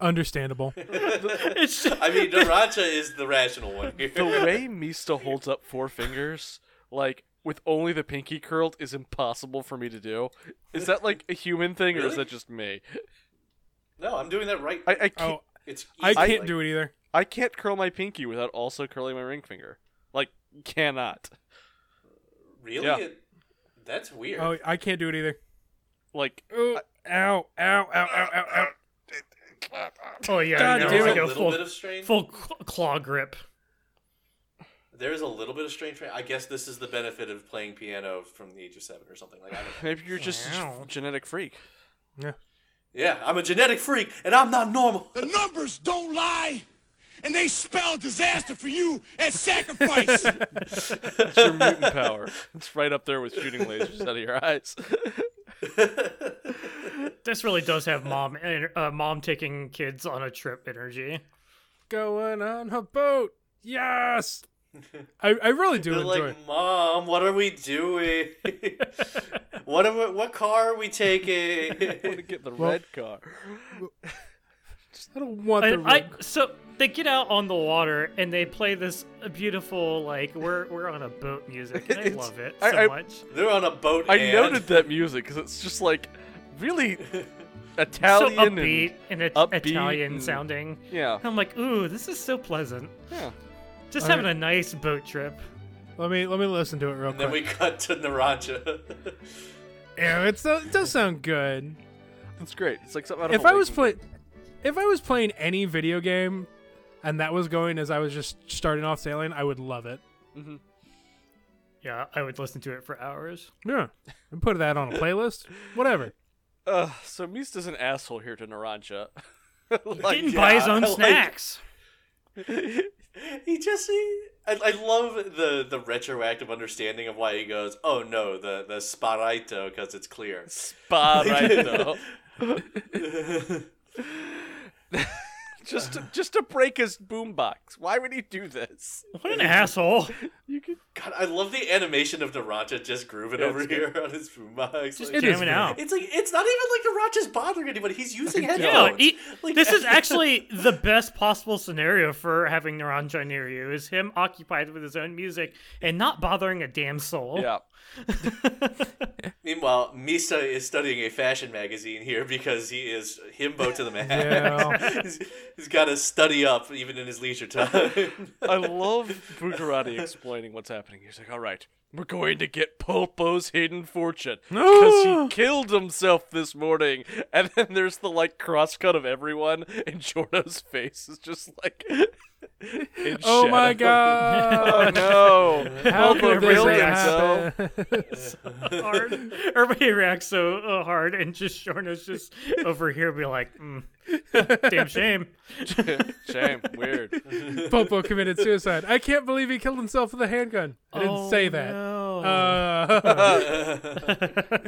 S3: Understandable.
S6: It's just,
S4: I mean, Naracha is the rational one here.
S2: the way Mista holds up four fingers, like, with only the pinky curled, is impossible for me to do. Is that, like, a human thing, or is
S4: Really?
S2: that just me?
S4: No, I'm doing that right.
S2: I, I, can't,
S3: Oh,
S4: it's
S3: I
S4: easy,
S3: can't
S4: like-
S3: do it either.
S2: I can't curl my pinky without also curling my ring finger. Like, cannot.
S4: Really?
S2: Yeah.
S4: It- that's weird.
S3: Oh, I can't do it either.
S2: Like,
S3: Ooh, ow, ow, ow, ow, ow, ow.
S6: oh yeah,
S3: God
S6: no,
S4: there
S3: damn
S6: like
S4: was a
S3: it.
S6: a
S4: little
S6: full,
S4: bit of strain.
S6: full cl- claw grip.
S4: There is a little bit of strain. Tra- I guess this is the benefit of playing piano from the age of seven or something. Like, I don't know.
S2: maybe you're just a
S6: Wow.
S2: genetic freak.
S4: yeah, I'm a genetic freak, and I'm not normal.
S8: The numbers don't lie, and they spell disaster for you and sacrifice.
S2: It's your mutant power. It's right up there with shooting lasers out of your eyes.
S6: This really does have mom en- uh, mom taking kids on a trip energy.
S3: Going on a boat. Yes. I, I really do
S4: They're
S3: enjoy
S4: like,
S3: it.
S4: Mom, what are we doing? what am I, What car are we taking?
S2: Get the red car.
S3: I don't want the
S6: And I,
S3: ring.
S6: so they get out on the water and they play this beautiful like we're we're on a boat music. And I
S2: It's-
S6: love it so
S2: I- I-
S6: much.
S4: They're on a boat.
S2: I
S4: and-
S2: noted that music because it's just like really
S6: So
S2: Italian. and-
S6: upbeat and, it-
S2: upbeat
S6: Italian
S2: and-
S6: sounding.
S2: yeah.
S6: I'm like, ooh, this is so pleasant.
S2: Yeah.
S6: Just
S3: All
S6: having a nice boat trip.
S3: Let me let me listen to it real
S4: And then
S3: quick.
S4: we cut to Naracha.
S3: Yeah, it's, it does sound good.
S2: It's great. It's like something out of
S3: if
S2: a
S3: I was
S2: waking-
S3: play, if I was playing any video game, and that was going as I was just starting off sailing, I would love it.
S6: Yeah, I would listen to it for hours.
S3: Yeah, and put that on a playlist, whatever.
S2: Ugh, so Mista's an asshole here to Naranja.
S6: Didn't buy his
S4: yeah,
S6: own
S4: like-
S6: snacks.
S4: he just he, I, I love the the retroactive understanding of why he goes oh no the the sparaito because it's clear
S2: Spa right though. just to, just to break his boombox. Why would he do this?
S6: What an asshole.
S4: god i love the animation of Naracha just grooving over here on his boombox
S6: Just
S4: like,
S3: is
S6: jamming out.
S4: it's like it's not even like Naracha's bothering anybody he's using
S6: Yeah,
S4: headphones
S6: he-
S4: Like-
S6: this is actually the best possible scenario for having Naranja near you is him occupied with his own music and not bothering a damn soul.
S2: Yeah.
S4: meanwhile misa is studying a fashion magazine here because he is himbo to the max
S3: Yeah.
S4: he's, he's got to study up even in his leisure time
S2: I love Bugarati explaining what's happening. He's like, all right, We're going to get Popo's hidden fortune because he killed himself this morning. And then there's the like crosscut of everyone, and Jordo's face is just like, in
S3: Oh my
S2: shadow. Oh
S3: god!
S2: no!
S3: How
S2: Popo
S3: could this
S2: killed
S3: happen?
S2: himself.
S6: hard. Everybody reacts so uh, hard, and just Shorna's just over here be like, mm, "Damn shame."
S2: Shame. Weird.
S3: Popo committed suicide. I can't believe he killed himself with a handgun. I didn't
S6: Oh,
S3: say that.
S6: no.
S3: Uh,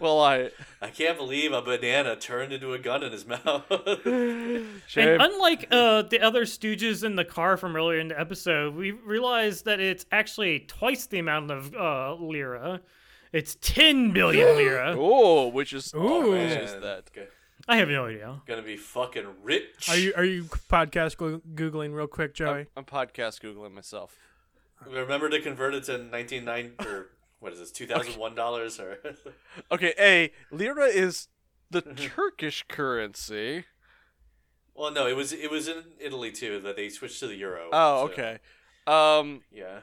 S2: Well, I
S4: I can't believe a banana turned into a gun in his mouth.
S2: shame.
S6: And unlike uh, the other Stooges in the car from earlier in the episode, we realized that it's actually twice the amount of uh, lira. It's 10 billion lira.
S2: oh, which is
S3: Ooh.
S2: which is that?
S4: G-
S6: I have no idea.
S4: Gonna be fucking rich.
S3: are you are you podcast glo- googling real quick, Joey?
S2: I'm podcast googling myself.
S4: Remember to convert it to nineteen nine or what is this, two thousand one dollars or
S2: Okay, a lira is the Turkish currency.
S4: Well no, it was it was in Italy too that they switched to the Euro.
S2: Oh,
S4: so,
S2: okay. Um.
S4: Yeah.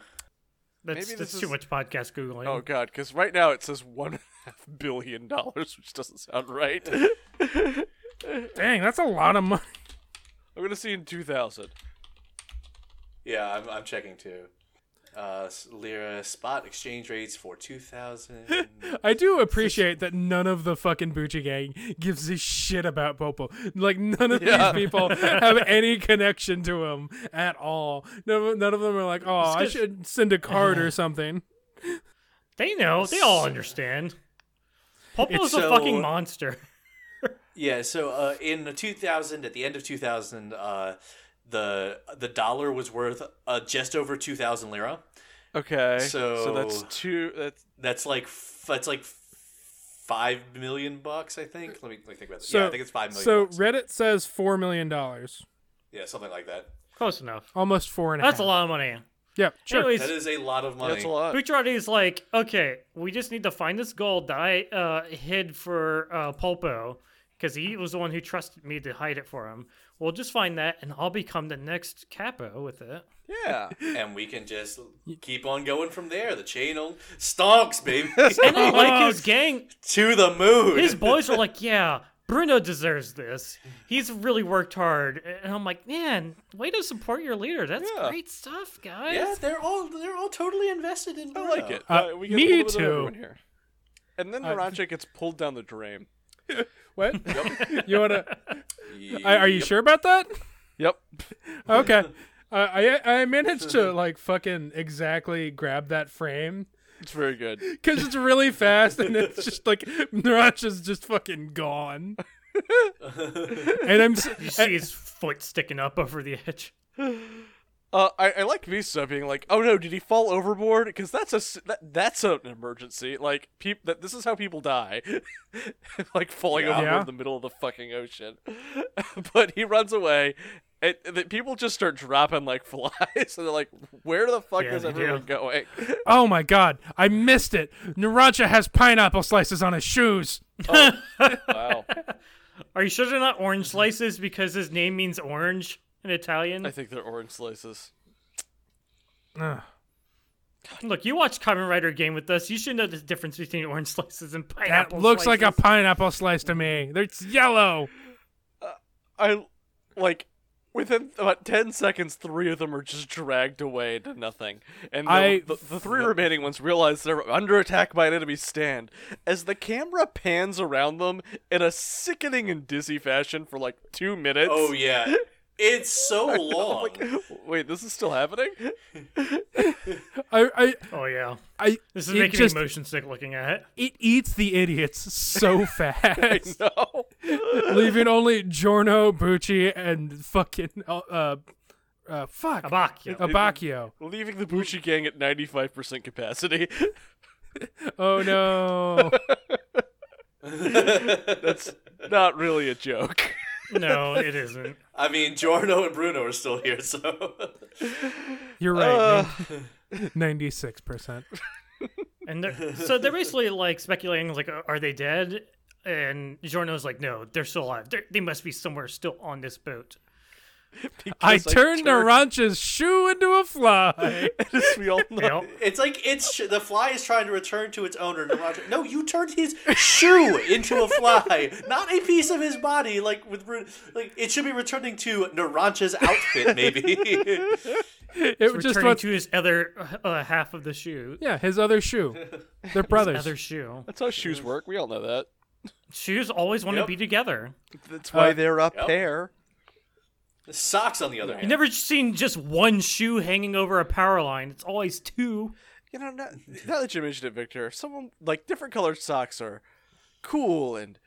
S6: That's,
S2: Maybe
S6: that's
S2: this
S6: too
S2: is-
S6: much podcast Googling.
S2: Oh God, because right now it says one and a half billion dollars, which doesn't sound right.
S3: Uh, Dang, that's a lot of money.
S2: I'm gonna see in 2000.
S4: Yeah, I'm I'm checking too. Uh s- Lira spot exchange rates for two thousand
S3: I do appreciate that none of the fucking Bucci gang gives a shit about Popo. Like none of
S2: Yeah.
S3: these people have any connection to him at all. None, none of them are like, oh, I
S6: 'cause-
S3: should send a card or something.
S6: They know. They all understand. Popo's
S4: so-
S6: a fucking monster.
S4: Yeah, so uh, in 2000, at the end of 2000, uh, the the dollar was worth uh, just over 2,000 lira.
S2: Okay. so
S4: So-
S2: that's two. That's
S4: That's like f- that's like five million bucks, I think. Let me, let me think about this.
S3: So,
S4: yeah, I think it's five million.
S3: So
S4: bucks.
S3: Reddit says four million dollars,
S4: yeah, something like that.
S6: Close enough.
S3: almost four and a half.
S6: That's a lot of money.
S3: Yep, sure.
S4: That
S6: Anyways,
S4: is a lot of money.
S2: that's a lot.
S6: Bucciarati's like, okay, we just need to find this gold that I uh, hid for uh, Polpo, because he was the one who trusted me to hide it for him. We'll just find that, and I'll become the next capo with it.
S2: Yeah.
S4: And we can just keep on going from there. The chain on- stonks, baby,
S6: And I like his gang.
S4: to the moon.
S6: His boys are like, yeah, Bruno deserves this. He's really worked hard. And I'm like, man, way to support your leader. That's
S2: Yeah.
S6: great stuff, guys.
S4: yeah, they're all they're all totally invested in.
S2: I
S4: Bruno.
S2: like it.
S3: Uh,
S2: we get
S3: me
S2: a little bit of
S3: too. Uh,
S2: everyone here. And then Narancha gets pulled down the drain.
S3: what? you wanna?
S4: Ye-
S3: I, are you sure about that?
S2: Yep.
S3: Okay. Uh, I I managed to like fucking exactly grab that frame
S2: It's very good.
S3: because it's really fast and it's just like Naracha's just fucking gone. and I'm s-
S6: You see his foot sticking up over the edge.
S2: Uh, I, I like Visa being like, "Oh no, did he fall overboard? Because that's a s- that, that's an emergency. Like, peop- that this is how people die, like falling overboard
S3: Yeah.
S2: in the middle of the fucking ocean." but he runs away, and, and the people just start dropping like flies, and they're like, "Where the fuck
S6: Yeah,
S2: is
S6: they do.
S2: everyone going?"
S3: oh my god, I missed it. Naracha has pineapple slices on his shoes.
S2: wow,
S6: Are you sure they're not orange slices because his name means orange in Italian?
S2: I think they're orange slices.
S3: Ugh.
S6: Look, you watched Kamen Rider game with us. You should know the difference between orange slices and
S3: That
S6: pineapple
S3: looks like a
S6: slices.
S3: pineapple slice to me. It's yellow.
S2: I like within about 10 seconds three of them are just dragged away to nothing and the,
S3: I-
S2: the, the three remaining ones realize they're under attack by an enemy stand as the camera pans around them in a sickening and dizzy fashion for like two minutes
S4: Oh yeah, it's so long.
S2: wait this is still happening
S3: I I
S6: Oh, yeah.
S3: I
S6: This is
S3: it
S6: making
S3: just
S6: me motion sick looking at it.
S3: it eats the idiots so
S2: i
S3: fast.
S2: know
S3: leaving only Jorno, Bucci, and fucking uh, uh, uh fuck
S6: Abacchio.
S3: Abacchio.
S2: leaving the bucci gang at 95% capacity
S3: Oh no!
S2: that's not really a joke
S6: no, it isn't.
S4: I mean, Giorno and Bruno are still here, so
S3: You're
S2: Uh,
S3: right. Ninety-six percent.
S6: And they're, so they're basically like speculating, like, uh, are they dead? And Giorno's like, no, they're still alive. They're, they must be somewhere still on this boat.
S3: I
S2: Because
S3: turned Narancha's shoe into a fly.
S2: as we all know.
S4: It's like it's the fly is trying to return to its owner. and Roger- No, you turned his shoe into a fly, not a piece of his body. Like with re- like, it should be returning to Narancha's outfit, maybe.
S3: It
S6: Just
S3: just
S6: returning
S3: went.
S6: to his other uh, half of the shoe.
S3: yeah, his other shoe. They're brothers.
S6: Other shoe.
S2: That's how shoes work. We all know that.
S6: Shoes always want
S4: Yep.
S6: to be together.
S2: That's why they're a
S4: Yep.
S2: pair.
S4: Socks, on the other
S6: You
S4: hand,
S6: never seen just one shoe hanging over a power line. It's always two.
S2: You know, now, now that you mentioned it, Victor, if someone like different colored socks are cool and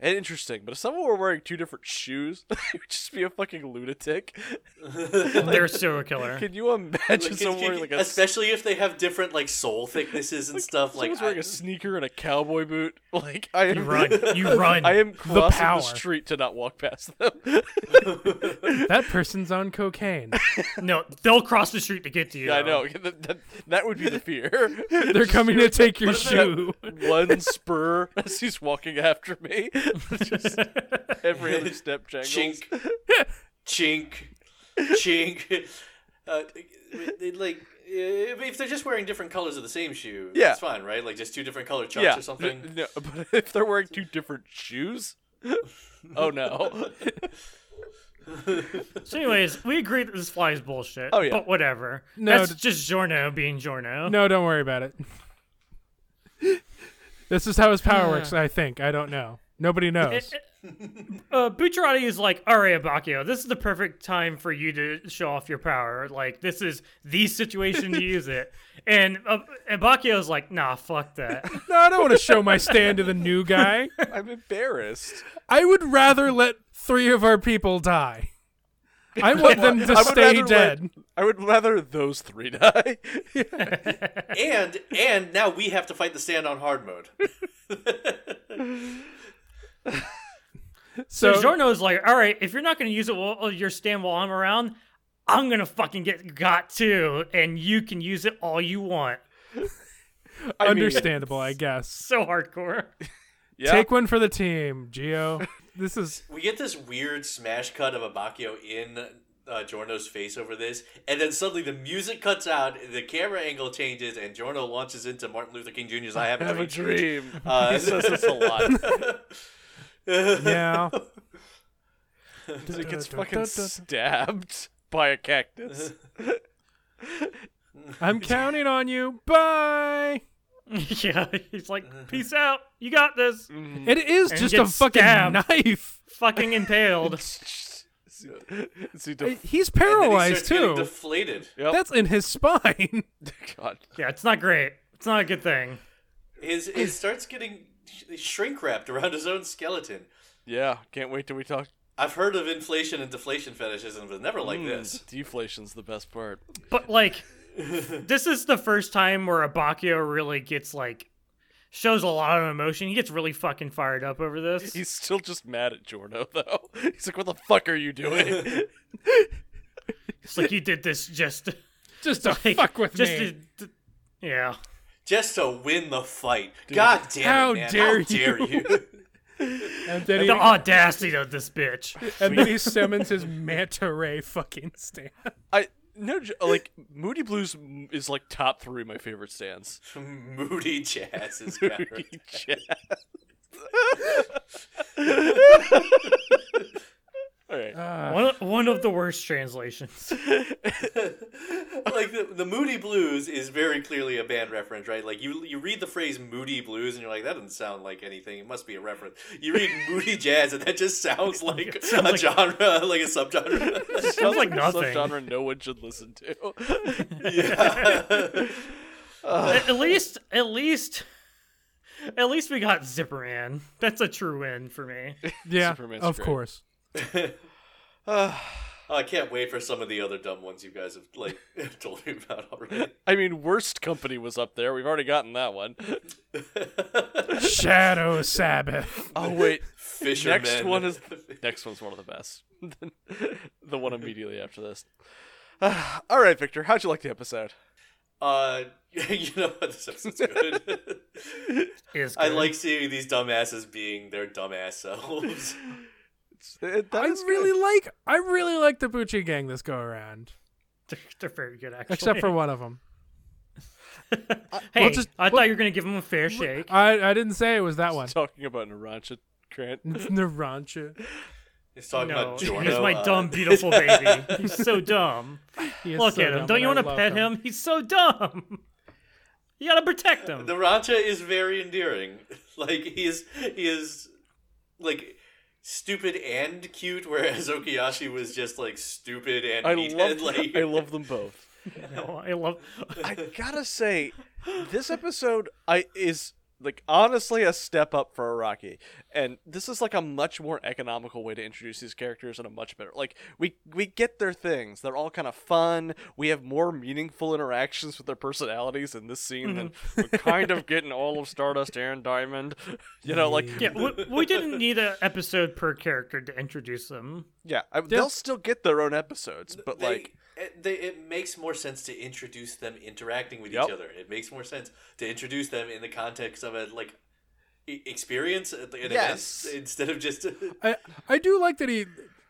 S2: and interesting, but if someone were wearing two different shoes, it would just be a fucking lunatic.
S6: They're a serial killer.
S2: Can you imagine someone wearing like a s-
S4: especially if they have different like sole thicknesses and stuff. Like
S2: someone's wearing
S4: I-
S2: a sneaker and a cowboy boot? Like I am,
S6: Run. You run.
S2: I am crossing the,
S3: power.
S2: street to not walk past them.
S3: that person's on cocaine.
S6: No, they'll cross the street to get to you.
S2: I
S6: though.
S2: know that, that, that would be the fear.
S3: They're coming to take your
S2: Just that
S3: shoe.
S2: One spur as he's walking after me. Just every other step jangles.
S4: chink, chink, chink. Uh, it- like if if they're just wearing different colors of the same shoe,
S2: Yeah.
S4: it's fine, right? Like just two different color chucks
S2: yeah.
S4: or something.
S2: n- No, but if they're wearing two different shoes, oh no.
S6: So, anyways, we agree that this fly is bullshit.
S2: Oh, yeah.
S6: But whatever.
S3: No,
S6: That's
S3: d-
S6: just Jorno being Jorno.
S3: No, don't worry about it. this is how his power works,
S2: Uh.
S3: I think. I don't know. Nobody knows.
S6: Uh, Bucciarati is like, all right, Abacchio, this is the perfect time for you to show off your power. Like, this is the situation to use it. And uh, Abacchio is like, nah, fuck that.
S3: no, I don't want to show my stand to the new guy.
S2: I'm embarrassed.
S3: I would rather let three of our people die. I want them to
S2: I would
S3: stay
S2: rather
S3: dead.
S2: let- I would rather those three die.
S4: And and now we have to fight the stand on hard mode.
S3: so
S6: So Jorno is like, all right, if you're not going to use it while, your stand while I'm around, I'm going to fucking get got too. And you can use it all you want.
S2: I mean,
S3: understandable, I guess.
S6: So hardcore.
S2: yeah.
S3: Take one for the team, Geo. This is
S4: We get this weird smash cut of Abacchio in uh, Giorno's face over this, and then suddenly the music cuts out, the camera angle changes, and Giorno launches into Martin Luther King Jr.'s "I Have,
S2: have a dream.
S4: Uh,
S2: he says this a lot.
S3: yeah.
S2: He gets fucking stabbed by a cactus.
S3: I'm counting on you. Bye.
S6: yeah. He's like, peace out. You got this.
S3: It is
S6: And
S3: just
S6: get
S3: a fucking
S6: stabbed.
S3: knife.
S6: Fucking impaled.
S2: Is he def-
S4: And then
S3: He's
S4: he
S3: paralyzed
S4: starts getting
S3: too.
S4: Deflated.
S2: Yep.
S3: That's in his spine.
S2: God.
S6: Yeah, it's not great. It's not a good thing.
S4: His it starts getting sh- shrink wrapped around his own skeleton.
S2: Yeah, can't wait till we talk.
S4: I've heard of inflation and deflation fetishism, but never
S2: Hmm.
S4: like this.
S2: Deflation's the best part.
S6: But like, this is the first time where Abacchio really gets like shows a lot of emotion. He gets really fucking fired up over this.
S2: He's still just mad at Jorno though. He's like, "What the fuck are you doing?"
S6: It's like you did this just
S3: Just to
S6: like,
S3: fuck with
S6: just
S3: me.
S6: to- to- yeah.
S4: Just to win the fight. God damn
S3: How
S4: it, man.
S3: dare
S4: how dare you?
S3: and, then
S6: The
S3: he,
S6: audacity of this bitch.
S3: and then he summons his manta ray fucking stand.
S2: I no j- like Moody Blues m- is like top three of my favorite stands.
S4: Moody jazz is got her.
S2: All right,
S6: One of, one of the worst translations.
S4: like the, the Moody Blues is very clearly a band reference, right? Like you you read the phrase Moody Blues and you're like, that doesn't sound like anything. It must be a reference. You read Moody Jazz and that just sounds like a genre, like a subgenre.
S6: Sounds like nothing.
S2: subgenre no one should listen to.
S6: At, at least, at least, at least we got Zipperman. That's a true win for me.
S3: Yeah,
S2: Superman's
S3: of
S2: great.
S3: course.
S4: Oh, I can't wait for some of the other dumb ones you guys have like told me about already.
S2: I mean, Worst Company was up there. We've already gotten that one.
S3: Shadow Sabbath.
S2: Oh wait,
S4: Fishermen.
S2: next one is next one's one of the best. the one immediately after this. all right, Victor, how'd you like the episode?
S4: Uh, you know what? This episode's good.
S6: Is
S4: I
S6: good.
S4: like seeing these dumbasses being their dumbass selves.
S2: It's- it- that
S3: I
S2: is good.
S3: really like I really like the Bucci gang this go around,
S6: They're, they're very good, actually.
S3: except for one of them.
S6: hey,
S3: well, just-
S6: I thought you were gonna give them a fair shake.
S3: I I didn't say it was that one.
S2: talking about Narancia Grant.
S3: It's Narancha.
S4: He's talking
S6: no,
S4: about Giorno.
S6: he's my
S4: uh,
S6: dumb, beautiful baby. He's so dumb.
S3: He is
S6: Look
S3: so
S6: at him.
S3: dumb,
S6: Don't
S3: and
S6: you
S3: I
S6: want to
S3: love
S6: pet him? He's so dumb. You gotta protect him.
S4: The Racha is very endearing. Like he is, he is like stupid and cute, whereas Okiyashi was just like stupid and
S2: I
S4: meathead,
S2: love,
S4: like
S2: I love them both.
S6: No, I love.
S2: I gotta say, this episode I is like honestly a step up for Iraqi, and this is like a much more economical way to introduce these characters and a much better like we we get their things. They're all kind of fun. We have more meaningful interactions with their personalities in this scene than we're kind of getting all of Stardust and Diamond. You know, like
S6: Yeah, we, we didn't need an episode per character to introduce them.
S2: yeah, I, they'll still get their own episodes, but
S4: they,
S2: like
S4: it, they, it makes more sense to introduce them interacting with
S2: Yep.
S4: each other. It makes more sense to introduce them in the context of a like e- experience at the- an
S2: Yes.
S4: event instead of just
S3: I I do like that he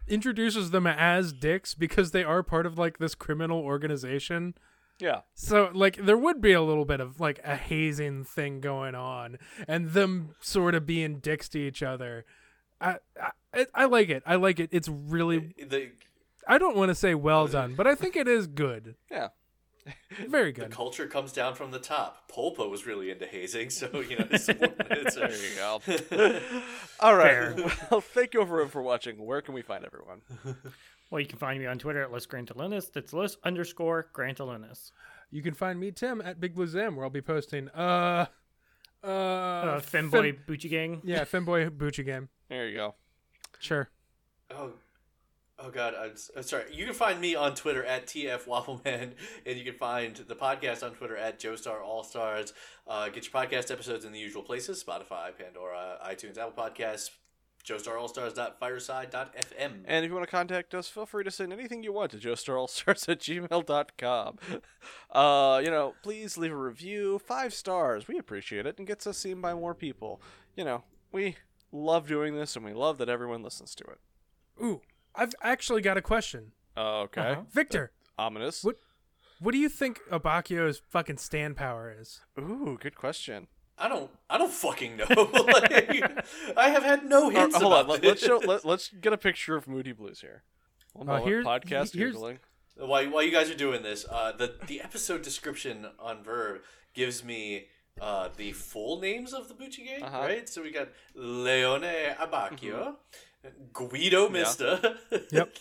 S3: introduces them as dicks because they are part of like this criminal organization.
S2: yeah,
S3: So like there would be a little bit of like a hazing thing going on and them sort of being dicks to each other. I I, I- I like it. I like it. It's really
S4: the
S3: I don't want to say well done, but I think it is good.
S2: yeah.
S3: Very
S4: the
S3: good.
S4: culture comes down from the top. Polpo was really into hazing, so you know. It's, there you go.
S2: All right. Well, thank you everyone for watching. Where can we find everyone?
S6: Well, you can find me on Twitter at Los Grantalunas. That's Los underscore Grantalunas.
S3: You can find me Tim at Big Blue Zim where I'll be posting uh uh,
S6: Uh,
S3: fem-
S6: Femboy Bucci Gang.
S3: yeah, Femboy Bucci game.
S2: There you go.
S3: Sure.
S4: Oh, oh God! I'm, s- I'm sorry. You can find me on Twitter at TF Waffleman, and you can find the podcast on Twitter at Joestar All Stars. Uh, get your podcast episodes in the usual places: Spotify, Pandora, iTunes, Apple Podcasts, JoestarAllStars.fireside.fm.
S2: And if you want to contact us, feel free to send anything you want to joestarallstars at gmail.com. Uh, you know, please leave a review. Five stars. We appreciate it and gets us seen by more people. You know, we love doing this and we love that everyone listens to it.
S3: Ooh, I've actually got a question.
S2: Okay.
S3: Victor,
S2: Ominous.
S3: Uh-huh. What- what do you think Abakio's fucking stand power is?
S2: Ooh, good question.
S4: I don't, I don't fucking know. Like, I have had no
S2: Or-
S4: hints.
S2: Uh, hold on.
S4: about
S2: Let,
S4: this.
S2: us show, let, us get a picture of Moody Blues here. One
S3: Uh,
S2: moment.
S3: here's-
S2: podcast
S3: here's-
S2: Googling.
S4: while, while you guys are doing this, uh, the the episode description on Verb gives me uh, the full names of the Bucci gang,
S2: Uh-huh.
S4: right? So we got Leone Abacchio,
S2: Mm-hmm.
S4: Guido Mista,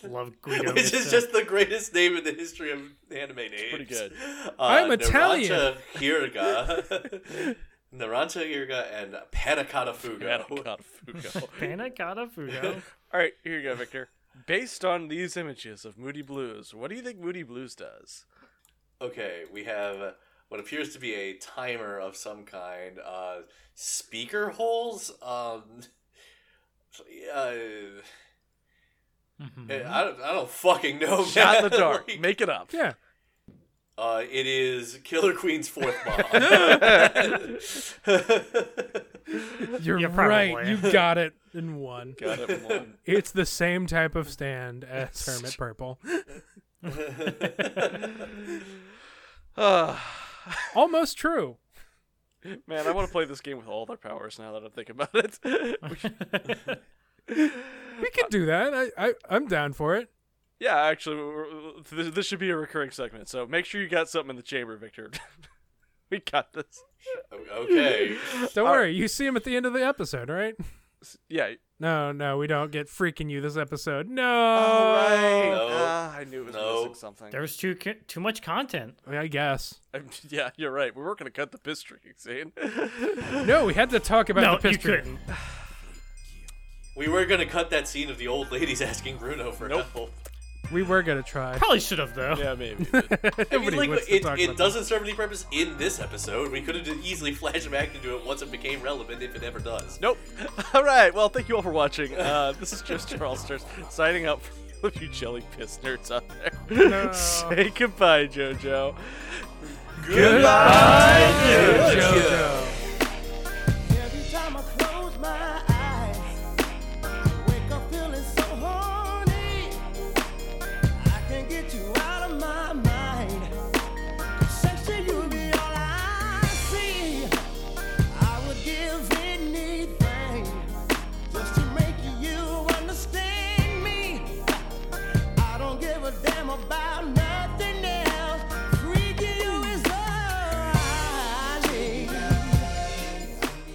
S6: Love Guido.
S4: which is
S6: Mista.
S4: just the greatest name in the history of anime names.
S2: pretty good.
S4: Uh,
S3: I'm Italian.
S4: Narancia Hirga, Narancia Hirga, and Panacotta Fugo.
S2: God, Fugo.
S6: Panic Gotta Fugo.
S2: All right, here you go, Victor. Based on these images of Moody Blues, what do you think Moody Blues does?
S4: Okay, we have what appears to be a timer of some kind. Uh, speaker holes. Um, uh, eh, I don't. I don't fucking know.
S2: Shot in the
S4: man.
S2: dark.
S4: Like,
S2: Make it up.
S3: Yeah.
S4: uh, it is Killer Queen's fourth bomb.
S3: You're
S6: Yeah, probably.
S3: right. You got it in one.
S2: Got it, Malone.
S3: It's the same type of stand as Hermit Purple.
S2: Ah,
S3: Almost true.
S2: man, I want to play this game with all their powers now that I'm thinking about it. We should-
S3: We could do that. I, I I'm down for it.
S2: yeah, actually, we're- th- this should be a recurring segment, so make sure you got something in the chamber, Victor. we got this.
S4: okay.
S3: Don't worry. You see him at the end of the episode, right?
S2: Yeah.
S3: No, no, we don't get freaking you this episode. No.
S2: All right.
S4: No.
S2: Ah, I knew it was
S4: No.
S2: missing something.
S6: there was too co- too much content.
S3: I guess.
S2: I'm- yeah, you're right. We were going to cut the piss streak, Zane.
S3: No, we had to talk about
S6: No,
S3: the
S6: you
S3: picture.
S6: couldn't.
S4: We were gonna cut that scene of the old ladies asking Bruno for
S2: Nope.
S4: help.
S3: We were gonna try.
S6: Probably should have though.
S2: yeah, maybe.
S4: I mean,
S3: Nobody
S4: like,
S3: wants to
S4: it,
S3: talk
S4: it
S3: about
S4: doesn't serve any purpose in this episode. We could have easily flashed back into it once it became relevant, if it ever does.
S2: Nope. All right. Well, thank you all for watching. Uh, this is just Charles Stars signing up for all of you jelly piss nerds out there. Say goodbye, JoJo.
S3: that. JoJo.
S1: Every time I close my eyes, wake up feeling so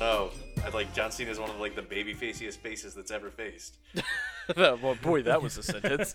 S4: Oh, like John Cena is one of like the baby faciest faces that's ever faced.
S2: That- well, boy, that was a sentence.